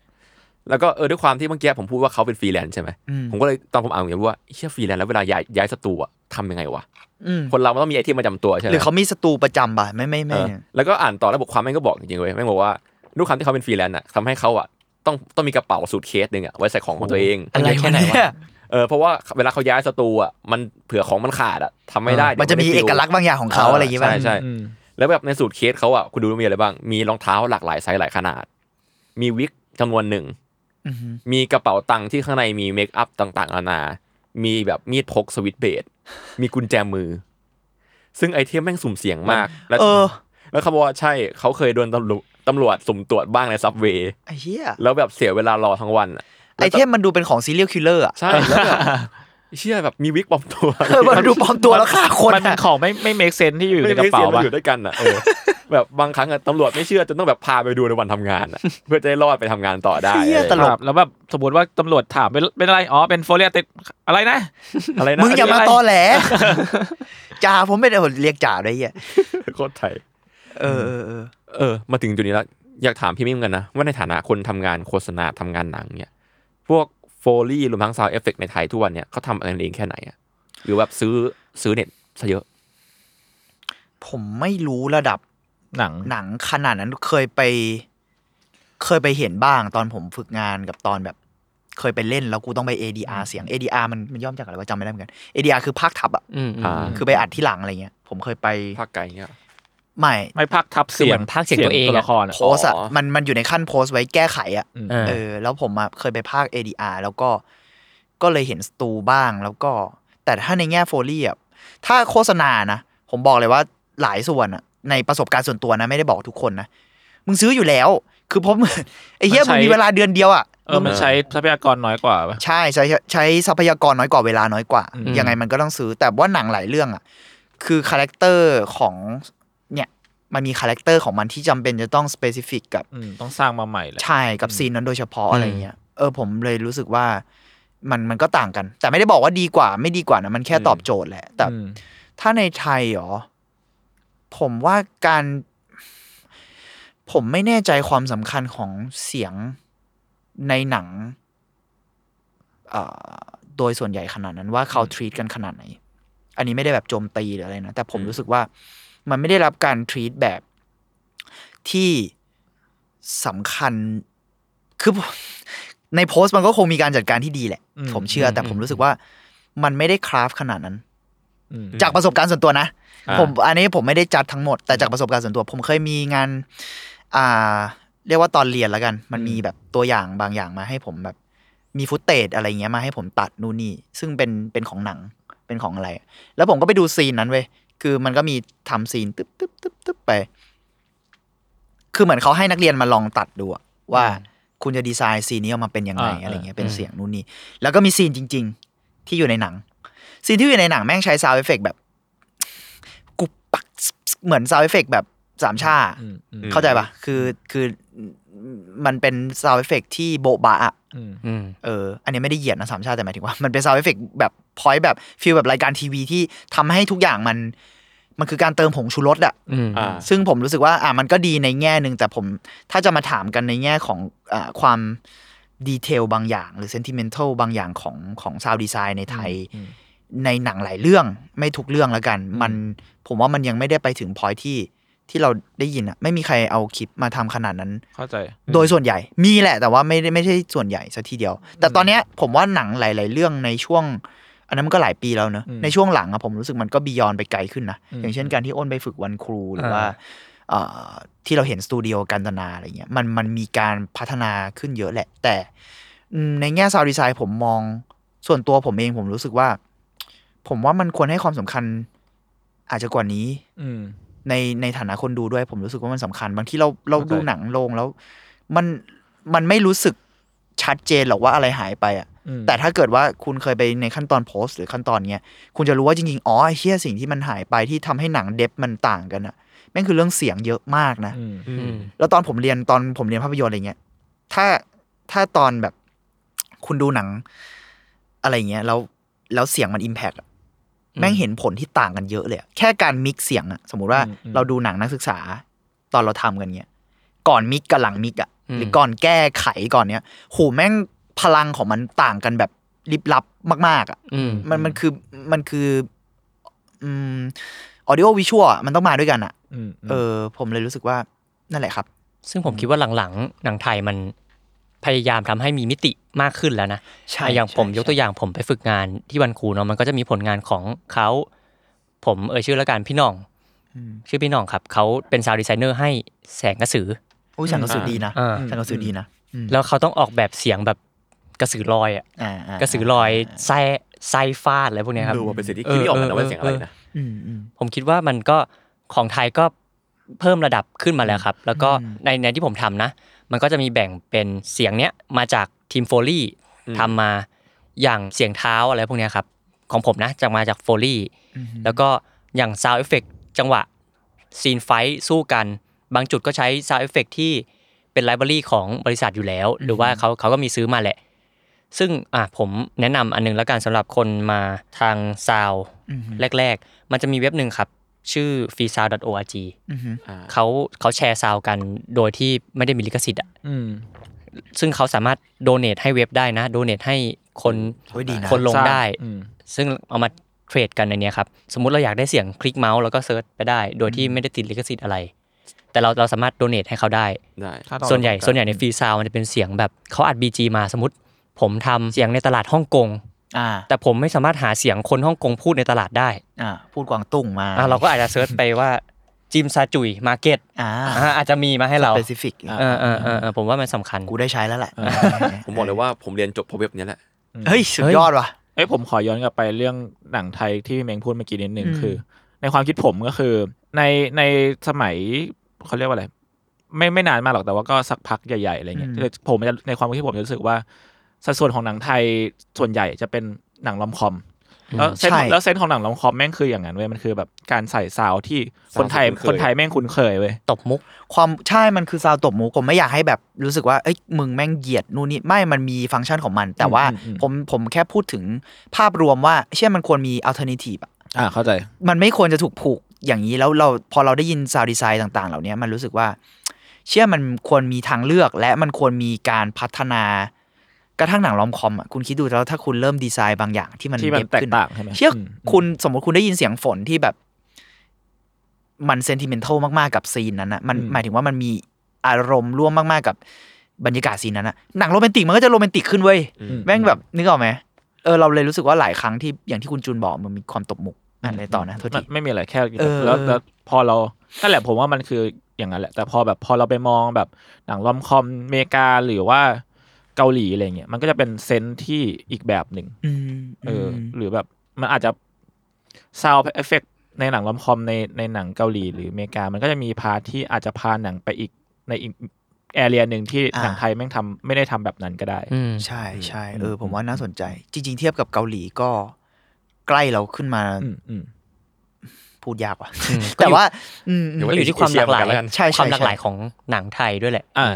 D: แล้วก็เออด้วยความที่เมื่อกี้ผมพูดว่าเขาเป็นฟรีแลนซ์ใช่ไหม
E: อืม
D: ผมก็เลยตอนผมอ่านอย่างนี้ยว่าเชี่ยฟรีแลนซ์แล้วเวลาย้ายย้ายสตูอะทำยังไงวะ
E: อืม
D: คนเรามันต้องมีไอที่ประจำตัวใช่ไหม
E: หรือเขามีศัตรูประจำป่ะ ไม่ไม่
D: เอ
E: ไม่
D: อแล้วก็อ่านต่อแล้วบทความแม่งก็บอกจริงๆเว้ยแม่งบอกว่าด้วยความที่เขาเป็นฟรีแลนซ์อะทำให้เขาอะต้องต้องมีกระเป๋าสูทเคสหนึ่งอะไว้ใส่ของของตัวเอง
B: อะไรวะ
D: เยอะแค่ไหนวะเออเพราะว่าเวลาเขาย้ายสตูอะมันเผื่อของมันขาดอะทำไม่ได้
E: มันจะมี
D: ดี๋ยวไได้
E: เอ
D: ฟิ
E: กลักษณ์บางอย่างของเขาอะไรอย่างเงี้ยป่ะ
D: ใช่ใช่ แล้วแบบในสูตรเคสเขาอ่ะคุณดูว่ามีอะไรบ้าง มีรองเท้าหลากหลายไซส์หลายขนาด มีวิกจำนวนหนึ่ง มีกระเป๋าตังค์ที่ข้างในมีเมคอัพต่างๆนานา มีแบบมีดพกสวิตช์เบลดมีกุญแจมือ ซึ่งไอเทมแม่งสุ่มเสี่ยงมาก แล้ว
E: เออ
D: แล้วเขาบอกว่าใช่เขาเคยโดนตำรวจตำรวจสุ่มตรวจบ้างในซับเวย์
E: ไอ้เหี้ย
D: แล้วแบบเสียเวลารอทั้งวันอะ
E: ไอเทมมันดูเป็นของซีเรียลคิลเลอร์อ่ะ
D: ใช่แล้วแบบเชื่อแบบมีวิกปลอม
E: [laughs]
D: ตัว
E: เออมันดูปลอมตัวแล้วฆ่าคน
C: มัน
E: อะ
C: ของไม่ไม่เมคเซนที่อยู่ใน
D: ไม่
C: กระ
D: ไม่
C: เป๋า
D: เสียเรา
C: ปะ
D: อยู่ด้วยกันอ่ะเออ แบบบางครั้งอะตำรวจไม่เชื่อจนต้องแบบพาไปดูในวันทำงานอะ เพื่อจะได้รอดไปทำงานต่อได้
E: เหี้ยตล
C: ค
E: ก
C: รับแล้วแบบสมมติว่าตำรวจถามเป็นเป็นอะไรอ๋อเป็นโฟเรียติดอะไรนะ
D: อะไรนะ
E: มึงอย่า
D: ะ
E: มา
D: ไรนะ
E: ตอแหลจ่าผมไม่ได้เรียกจ่าด้วยไอ้เหี้ย
D: โคตรไทย
E: เออเออเออ
D: เออ มาถึงจุดนี้แล้ว อยากถามพี่มิ้มกันนะ ว่าในฐานะคนทำงานโฆษณาทำงานหนังเนี่ยพวกโฟลี่รวมทั้งซาวเอฟเฟกในไทยทุกวันเนี่ยเขาทำกันเองแค่ไหนอะหรือแบบซื้อซื้อเน็ตซะเยอะ
E: ผมไม่รู้ระดับ
C: หนัง
E: หนังขนาดนั้นเคยไป เคยไปเห็นบ้างตอนผมฝึกงานกับตอนแบบ เคยไปเล่นแล้วกูต้องไป ADR เสียง ADR มันมันย่อมาจากอะไรวะจำไม่ได้เหมือนกัน ADR คือภาคทับอ่ะ
B: อืมอืม
D: อ่า
E: คือไปอัดที่หลังอะไรเงี้ยผมเคยไป
D: ภาคไกลเนี่ย
E: ไม่
C: ไม่พักทับ
B: คือ
C: เสี
B: เห
C: ย
B: มือ
C: ง
B: นภาคเสียงตัวเอง
C: ตัว
B: อะ
C: ละครอะ
E: โพสต์อะ
D: อ๋อ
E: มันมันอยู่ในขั้นโพสต์ไว้แก้ไขอะ
B: เออ
E: เออ แล้วผมอะเคยไปภาค ADR แล้วก็ก็เลยเห็นสตูบ้างแล้วก็ แต่ถ้าในแง่โฟลี่อะถ้าโฆษณานะ ผมบอกเลยว่าหลายส่วนอะในประสบการณ์ส่วนตัวนะ ไม่ได้บอกทุกคนนะ มึงซื้ออยู่แล้ว คือเพราะมึ [laughs] งไอ้เหี้ยมึงมีเวลาเดือนเดียวอะ
C: เออมันใช้ทรัพยากรน้อยกว่าปะ
E: ใช่ใช้ใช้ทรัพยากรน้อยกว่าเวลาน้อยกว่า ยังไงมันก็ต้องซื้อแต่ว่าหนังหลายเรื่องอ่ะคือคาแรคเตอร์ของเนี่ยมันมีคาแรคเตอร์ของมันที่จำเป็นจะต้องสเปซิฟิกกับ
C: อืมต้องสร้างมาใหม่แหละ
E: ใช่กับซีนนั้นโดยเฉพาะอะไรเงี้ยเออผมเลยรู้สึกว่ามันมันก็ต่างกัน แต่ไม่ได้บอกว่าดีกว่า ไม่ดีกว่านะมันแค่ตอบโจทย์แหละ แต่
C: อืม
E: ถ้าในไทยเหรอผมว่าการ ผมไม่แน่ใจความสำคัญของเสียงในหนัง เอ่อโดยส่วนใหญ่ขนาดนั้นว่าเขา treat กันขนาดไหน อันนี้ไม่ได้แบบโจมตีหรืออะไรนะ แต่ผมรู้สึกว่ามันไม่ได้รับการ treat แบบที่สำคัญ คือ [laughs] ผมในโพสต์มันก็คงมีการจัดการที่ดีแหละ ผมเชื่อ แต่ผมรู้สึกว่ามันไม่ได้คราฟขนาดนั้น
C: อืม
E: จากประสบการณ์ส่วนตัวนะ
D: อ่า
E: ผมอันนี้ผมไม่ได้จัดทั้งหมด แต่จากประสบการณ์ส่วนตัว ผมเคยมีงาน อ่า เรียกว่าตอนเรียนแล้วกัน มันมีแบบตัวอย่างบางอย่างมาให้ผมแบบ มีฟุตเตจอะไรเงี้ยมาให้ผมตัดนู่นนี่ ซึ่งเป็นเป็นของหนังเป็นของอะไร แล้วผมก็ไปดูซีนนั้นเว้ยคือมันก็มีทำซีนตึ๊บตึ๊บตึ๊บตึ๊บไป คือเหมือนเขาให้นักเรียนมาลองตัดดูอะว่าคุณจะดีไซน์ซีนนี้ออกมาเป็นยังไง
C: อ่า
E: อะไรเงี้ยเป็นเสียงนู่นนี่แล้วก็มีซีนจริง ๆ ที่อยู่ในหนัง ซีนที่อยู่ในหนังแม่งใช้ซาวเอฟเฟกแบบ กุบปักเหมือนซาวเอฟเฟกแบบสามชา
C: อืมอืม
E: เข้าใจปะคือคือมันเป็นซาวเอฟเฟกที่โบะบะอะ
C: อืม
B: อืม
E: เออ อันนี้ไม่ได้เหยียดนะสามชาติแต่หมายถึง [laughs] ว่า มันเป็นซาวเอฟเฟกแบบพอยต์แบบฟีลแบบรายการทีวีที่ทำให้ทุกอย่างมัน มันคือการเติมผงชูรสอะ
B: อืม
D: อ่า
E: ซึ่งผมรู้สึกว่า อ่ะมันก็ดีในแง่หนึ่งแต่ผมถ้าจะมาถามกันในแง่ของอ่าความดีเทลบางอย่าง หรือเซนติเมนทัลบางอย่างของของซาวดีไซน์ในไทย ในหนังหลายเรื่องไม่ทุกเรื่องแล้วกัน มันผมว่ามันยังไม่ได้ไปถึงพอยที่ที่เราได้ยินอะไม่มีใครเอาคลิปมาทำขนาดนั้น
C: เข้าใจ
E: โดยส่วนใหญ่มีแหละ แต่ว่าไม่ได้ไม่ใช่ส่วนใหญ่ซะทีเดียว แต่ตอนเนี้ยผมว่าหนังหลาย ๆ เรื่องในช่วง อันนั้นมันก็หลายปีแล้วเนอะ
C: อืม
E: ในช่วงหลังอะผมรู้สึกมันก็บียอนไปไกลขึ้นนะ
C: อืม
E: อย่างเช่นการที่อ้นไปฝึกวันครูหรือว่า
B: อ่า
E: เอ่อที่เราเห็นสตูดิโอกันตนาอะไรเงี้ยมันมันมีการพัฒนาขึ้นเยอะแหละ แต่อืมในแง่ซาวดีไซน์ผมมองส่วนตัวผมเองผมรู้สึกว่า ผมว่ามันควรให้ความสำคัญ อาจจะกว่านี้
C: อืม
E: ในในฐานะคนดูด้วยผมรู้สึกว่ามันสำคัญ บางที่เราเรา
C: เข้าใจ
E: ดูหนังโรงแล้ว มันมันไม่รู้สึกชัดเจนหรอกว่าอะไรหายไปอ่ะ
C: อืม
E: แต่ถ้าเกิดว่าคุณเคยไปในขั้นตอนโพสต์หรือขั้นตอนเนี้ยคุณจะรู้ว่าจริงๆอ๋อไอ้เชี่ยสิ่งที่มันหายไปที่ทำให้หนังเดฟมันต่างกันอ่ะแม่งคือเรื่องเสียงเยอะมากนะ
C: อืม
B: อืม
E: แล้วตอนผมเรียนตอนผมเรียนภาพยนตร์อะไรเงี้ย ถ้าถ้าตอนแบบคุณดูหนังอะไรเงี้ยแล้วแล้วเสียงมันอิมแพกแม่งเห็นผลที่ต่างกันเยอะเลยอะแค่การมิกซ์เสียงอะสมมุติว่า
C: อืมอืม
E: เราดูหนังนักศึกษา ตอนเราทำกันเงี้ยก่อนมิกกับหลังมิกอะ
B: อืม
E: หรือก่อนแก้ไขก่อนเนี้ยโหแม่งพลังของมันต่างกันแบบลิบลับมากๆอะ
B: อืม
E: มันมันคือมันคืออืมออดิโอวิชวลมันต้องมาด้วยกันอะ
C: อืม
E: เออ ผมเลยรู้สึกว่านั่นแหละครับ
B: ซึ่งผมคิดว่าหลังๆ หนังไทยมันพยายามทำให้มีมิติมากขึ้นแล้วนะ
E: ใช่
B: อ่ะอย่าง
E: ใช่
B: ผมยก
E: ใช่
B: ตัวอย่างผมไปฝึกงานที่วันครูเนาะมันก็จะมีผลงานของเขาผมเอ่ยชื่อละกันพี่หน้อง ชื่อพี่หน้องครับเขาเป็นซาวด์ดีไซเนอร์ให้แสงกระสือ
E: อุ้ยฉันกระสือดีนะ
B: อ่า
C: อืม
E: ฉันกระสือดีนะ
B: แล้วเขาต้องออกแบบเสียงแบบกระสือลอยอ่ะ
E: อ่าาก
B: ระสือลอยไส้ไส้ฟาดอะไรพวกเนี้ยครับ
D: ดูว่าเป็นสิ่งที่คิดไม่ออกเหมือนกันว่าเสียงอะไรนะ
E: อืมอืม
B: ผมคิดว่ามันก็ของไทยก็เพิ่มระดับขึ้นมาแล้วครับ แล้วก็
E: อืม
B: ในในที่ผมทำนะ มันก็จะมีแบ่งเป็นเสียงเนี้ยมาจากทีมโฟลี่ทำมาอย่างเสียงเท้าอะไรพวกเนี้ยครับ ของผมนะจะมาจากโฟลี่แล้วก็อย่างซาวเอฟเฟกจังหวะซีนไฟสู้กัน บางจุดก็ใช้ซาวเอฟเฟกที่เป็นไลบรารีของบริษัทอยู่แล้ว หรือว่าเขาเขาก็มีซื้อมาแหละ ซึ่งอ่ะผมแนะนำอันหนึงแล้วกันสำหรับคนมาทางซาวแรก ๆ มันจะมีเว็บหนึ่งครับ ชื่อ f r e e s o u n d o r g
E: อืม
B: เขาเขาแชร์ซาวกันโดยที่ไม่ได้มีลิขสิทธิ์อ่ะ
C: อืม
B: ซึ่งเขาสามารถโดเน a t ให้เว็บได้นะโดเน a t ให้คน
E: โอ้ยดีนะ
B: คนลงได้
C: อืม
B: ซึ่งเอามาเทรดกันในเนี้ยครับ สมมุติเราอยากได้เสียงคลิกเมาส์แล้วก็เซิร์ชไปได้ โดยที่ไม่ได้ติดลิขสิทธิ์อะไร แต่เราเราสามารถโดเน a t ให้เขาได้
D: ได้
C: ถ้าต่อ
B: ส่วนใหญ่
C: ไป
B: ส่วนใหญ่ในฟรีซาวมันจะเป็นเสียงแบบเขาอัด BG มาสมมติ ผมทำเสียงในตลาดฮ่องกง
E: อ่า
B: แต่ผมไม่สามารถหาเสียงคนฮ่องกงพูดในตลาดได้
E: อ่าพูดกวางตุ้งมา
B: อ่ะเราก็อาจจะเซิร์ชไปว่าจิมซาจุยมาร์เก็ต
E: อ่า
B: อาจจะมีมาให้เรา
E: สเปซิฟิก
B: เออเออเออเออผมว่ามันสำคัญ
E: กูได้ใช้แล้วแหละ
D: ผมบอกเลยว่าผมเรียนจบเพราะเว็บเนี้ยแหละ
E: เฮ้ยสุดยอดว่ะ
C: เอ้ยผมขอย้อนกลับไปเรื่องหนังไทยที่พี่เมงพูดเมื่อกี้นิดนึง
E: อืม
C: คือ ในความคิดผมก็คือ ในในสมัยเขาเรียกว่าอะไร ไม่ไม่นานมากหรอกแต่ว่าก็สักพักใหญ่ๆอะไรเงี้ยคือผมจะในความคิดผมจะรู้สึกว่า สัดส่วนของหนังไทยส่วนใหญ่จะเป็นหนังลอมคอม แล้วเซนส์
E: ใช่
C: แล้วเซนส์ของหนังลอมคอมแม่งคืออย่างนั้นเว้ยมันคือแบบการใส่ซาวด์ที่คนไทย
D: ซาวด์ที่คุ้นเคย
C: คนไทยแม่งคุ้นเคยเว้ย
B: ตบมุก
E: ความใช่มันคือซาวตบหมูผมไม่อยากให้แบบรู้สึกว่าเอ้ยมึงแม่งเหยียดนู่นนี่ไม่มันมีฟังก์ชันของมัน แต่ว่า
C: อืมอืม
E: ผมผมแค่พูดถึงภาพรวมว่าเชื่อมันควรมีอัลเทอร์เนทีฟอะ
C: อ่าเข้าใจ
E: มันไม่ควรจะถูกผูกอย่างนี้แล้วเราพอเราได้ยินซาวดีไซน์ต่าง ๆ เหล่านี้มันรู้สึกว่า เชื่อมันควรมีทางเลือกและมันควรมีการพัฒนากระทั่งหนังลอมคอมอ่ะคุณคิดดูแล้วถ้าคุณเริ่มดีไซน์บางอย่างที่มัน
C: ที่มัน
E: เย็บ
C: แตก
E: ขึ้น
C: ต่างใช่ไหม
E: เชื่ออ
C: ม
E: คุณสมมติคุณได้ยินเสียงฝนที่แบบมันเซนติเมนทัลมาก ๆ กับซีนนั้นนะมันหมายถึงว่ามันมีอารมณ์ร่วมมาก ๆ กับบรรยากาศซีนนั้นนะหนังโรแมนติกมันก็จะโรแมนติกขึ้นเว้ย
D: อืม
E: แม่งแบบนึกออกไหมเออเราเลยรู้สึกว่าหลายครั้งที่อย่างที่คุณจูนบอกมันมีความตบมุกอะไรต่อนะโทษ
C: มั
E: ที
C: นไม่มีอะไรแค่
E: เออ
C: แล้วแล้วพอเรานั่นแหละผมว่ามันคืออย่างนั้นแหละ แต่พอแบบพอเราไปมองแบบหนังรอมคอมอเมริกาหรือว่าเกาหลีอะไรเงี้ยมันก็จะเป็นเซนส์ที่อีกแบบหนึ่ง
E: อืม
C: เอออ
E: ม
C: หรือแบบมันอาจจะซาวเอฟเฟกในหนังรอมคอมในในหนังเกาหลีหรืออเมริกา มันก็จะมีพาร์ทที่อาจจะพาหนังไปอีกในอีกแอเรียหนึ่งที่หนังไทยแม่งทำไม่ได้ทำแบบนั้นก็ได้
B: อืม
E: ใช่ใช่
C: อืม
E: เออ ผมว่าน่าสนใจ จริง ๆ เทียบกับเกาหลีก็ใกล้เราขึ้นมา
C: อืมอืม
E: พูดยากว่ะ
B: อืม
E: แต่ว่า อืมอืม
D: เดี๋
B: ก็อยู่ที่ความหลากหลาย
D: เอเชียเหมือนกันแล้วกัน
E: ใช่
B: ค
E: ใช่
B: วามหลากหลาย
E: ใช่
B: ของหนังไทยด้วยแหละ
C: อ่า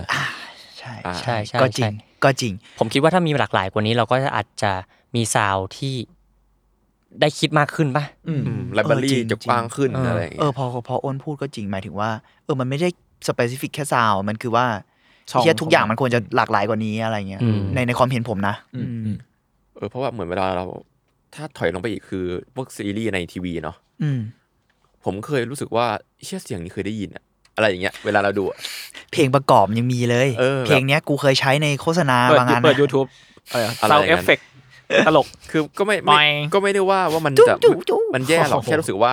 E: ใช่
D: อ่า
B: ใช่ใช่
E: ก็จริง
B: ใช่
E: ก็จริง
B: ผมคิดว่าถ้ามีหลากหลายกว่านี้เราก็อาจจะมีซาวด์ที่ได้คิดมากขึ้นป่ะ
C: อืม
D: อืมไลบรารี
E: เออจริง
D: จะกว้างขึ้น
B: จริง
D: อะไรอย่าง
E: เอ
D: เงี้
E: อย พอพออ้นพูดก็จริงหมายถึงว่าเออมันไม่ได้สเปซิฟิกแค่ซาว มันคือว่า
C: ช่อง
E: เทียทุกอย่างมันควรจะ
C: อืม
E: หลากหลายกว่านี้อะไรเงี้ย
B: อืม
E: ในในความเห็นผมนะ
C: อืม
E: อื
C: อืม
E: ม
D: เออเพราะว่าเหมือนเวลาเรา ถ้าถอยลงไปอีกคือพวกซีรีส์ในทีวีเนาะ
E: อืม
D: ผมเคยรู้สึกว่าเชื่อเสียงนี้เคยได้ยินอะอะไรอย่างเงี้ยเวลาเราดูอะ
E: เพลงประกอบยังมีเลย
D: เออ
E: เพลงเนี้ยกูเคยใช้ในโฆษณา
C: เปิด
E: บางงาน
C: เปิด
E: นะ
C: YouTube อะไร
D: อะไร
C: ซาว
D: อย่า
C: เอง
D: นั้
C: ฟ
D: น
C: เฟกตลก
D: คือก็ไม่
C: ไม่
D: ไม่ก็ไม่ได้ว่าว่ามัน
E: จุ๊บ
D: จะ
E: จุ๊บจุ๊บ
D: มันแย่หรอกแค่รู้สึกว่า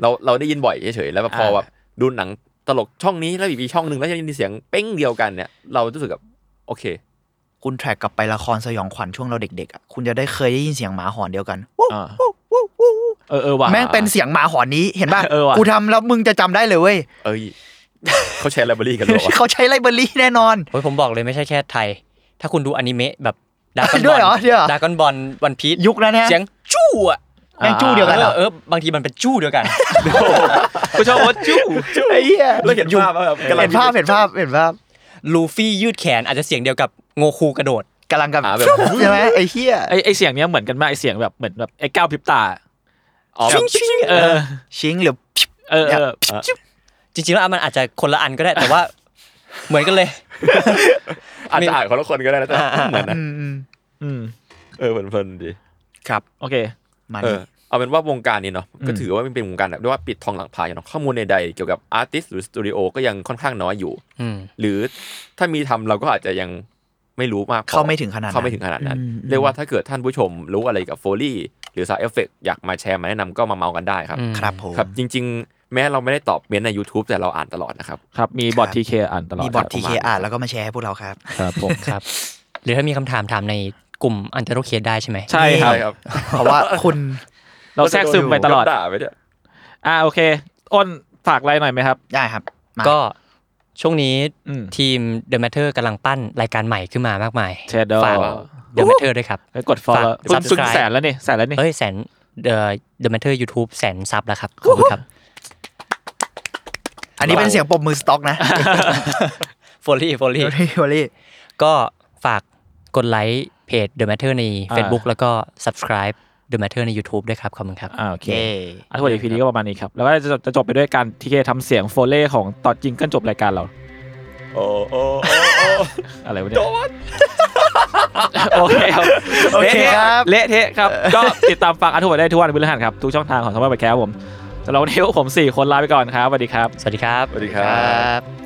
D: เราเราได้ยินบ่อยเฉยๆแล้วพอแบบดูหนังตลกช่องนี้แล้วอีกช่องหนึ่งแล้วจะได้ยินเสียงเป้งเดียวกันเนี่ย เรารู้สึกแบบโอเค
E: คุณแทร็กกลับไปละครสยองขวัญช่วงเราเด็กๆอ่ะคุณจะได้เคยได้ยินเสียงหมาหอนเดียวกันวู้
C: อ่า
E: วู้วู้วู้วู้
C: เออเออว่ะ
E: แม่งเป็นเสียงหมาหอนนี้เห็นป่ะ
C: เออว่ะ
E: กูทำแล้วมึงจะจำได้เลยเว้ย
D: เอ้ย เขาแชร์ไลบรารีกันหรอวะ
E: [laughs] เขาใช้ไลบรารีแน่นอน
B: โอ้ยผมบอกเลยไม่ใช่แค่ไทย ถ้าคุณดูอนิเมะแบบดากอน
E: ด้
B: บ
E: วยเหร
B: อ
E: อ
B: ล
E: ด้วยเหรอ
B: ดากอนบอลวันพีช
E: ยุคนั้นนะ
B: เสียงจู้อะ
E: แม่งจู้เดียวกันเหรอ
B: เออบางทีมันเป็นจู้เดียวกัน [laughs]
C: กูชอบว่าจู้
E: ไอ้เหี้ย
D: แล้วเห็นภาพว่าแบบกำลัง
E: เห็นภาพเห็นภาพเห็นภาพ
B: ลูฟี่ยืดแขนอาจจะเสียงเดียวกับโงคูกระโดด
E: กำลังกับ
D: หาแบบ
E: ใช่ไหมไอ้เหี้ย
C: ไอไอเสียงเนี้ยเหมือนกันมากไอเสียงแบบเหมือนแบบไอก้าวพริบตา
D: อ๋อ
C: แบบเออ
E: ชิงหรือ
C: เออเออ
B: จริงๆแล้วมันอาจจะคนละอันก็ได้แต่ว่า [laughs] เหมือนกันเลย
D: อาจจะอ่านคนละคนก็ได้นะแต่เหมือนนะ
C: อืม
D: เออเพลินๆดี
E: ครับ
C: โอเค
E: มัน
D: เออเอาเป็นว่าวงการนี้เนาะก็ถือว่ามันเป็นวงการแบบเรียกว่าปิดทองหลังพายเนาะข้อมูลใดๆเกี่ยวกับอาร์ติสหรือสตูดิโอก็ยังค่อนข้างน้อยอยู่
B: อืม
D: หรือถ้ามีทำเราก็อาจจะยังไม่รู้มากพอ
E: เข้าไม่ถึงขนาดนั้น
D: เข้าไม่ถึงขนาดนั้น
E: อืมอืม
D: เรียกว่าถ้าเกิดท่านผู้ชมรู้อะไรกับโฟลี่หรือซาเอฟเฟกอยากมาแชร์มาแนะนำก็มาเมากันได้ครับ
B: อืม
E: ครับผม
D: ครับจริง ๆ แม้เราไม่ได้ตอบเมนต์ใน YouTube แต่เราอ่านตลอดนะครับ
C: ครับมีบอททีเคอ่านตลอด
E: มีบอท
C: ครั
E: ทีเคอ่านแล้วก็มาแชร์ให้พวกเราครับ
C: ครับผม
B: ครับ หรือถ้ามีคำถามถามในกลุ่มอันเตอร์เคสได้ใช่ไหม
C: ใช่ครับ
D: ครับ
E: เพราะว่าคุณ
C: เราแทรกซึมไปตลอด
D: ด่าไปด้วย
C: อ่าโอเค อ้นฝากอะไรหน่อยไหมครับ
E: ได้ครับมา
B: ก็ช่วงนี้
C: อืม
B: ทีม The Matter กำลังปั้นรายการใหม่ขึ้นมามากมาย
C: Shadow
B: ฝาก The Matter ด้วยครับ
C: ไปกดฟอล
B: ฝาก
C: เพิ่ง
B: subscribe
C: เพิ่งแสนแล้วนี่แสนแล้วนี่
B: เอ้ยแสน The The Matter YouTube แสนซับแล้วครับ ขอบคุณครับ
E: อันนี้เป็นเสียงปรบมือสต็อกนะ
B: โฟลี่โฟลี่
E: โอลี่
B: ก็ฝากกดไลค์เพจ The Matter ใน Facebook แล้วก็ subscribe The Matter ใน YouTube ด้วยครับ ขอบคุณครับ
C: อ่าโอเคอ่ะทั้งหมดอีพีนี้ก็ประมาณนี้ครับแล้วก็จะจบจะจบไปด้วยการทีเคทำเสียงโฟเล่ของตอนจิงเกิลจบรายการเรา
D: โอ้โอ้
C: อะไรวะเนี่ย [laughs] โอเคครับ
E: โอเคครับ
C: เละเทะครับ ก็ติดตามฟังอัธวัตได้ทุกวันพฤหัสครับ ทุกช่องทางของสมาร์ทแคร์ผมสำหรับวันนี้พวกผม 4 คนลาไปก่อนครับสวัสดีครับ
B: สวัสดีครับ
D: สวัสดีครับ
E: ครับ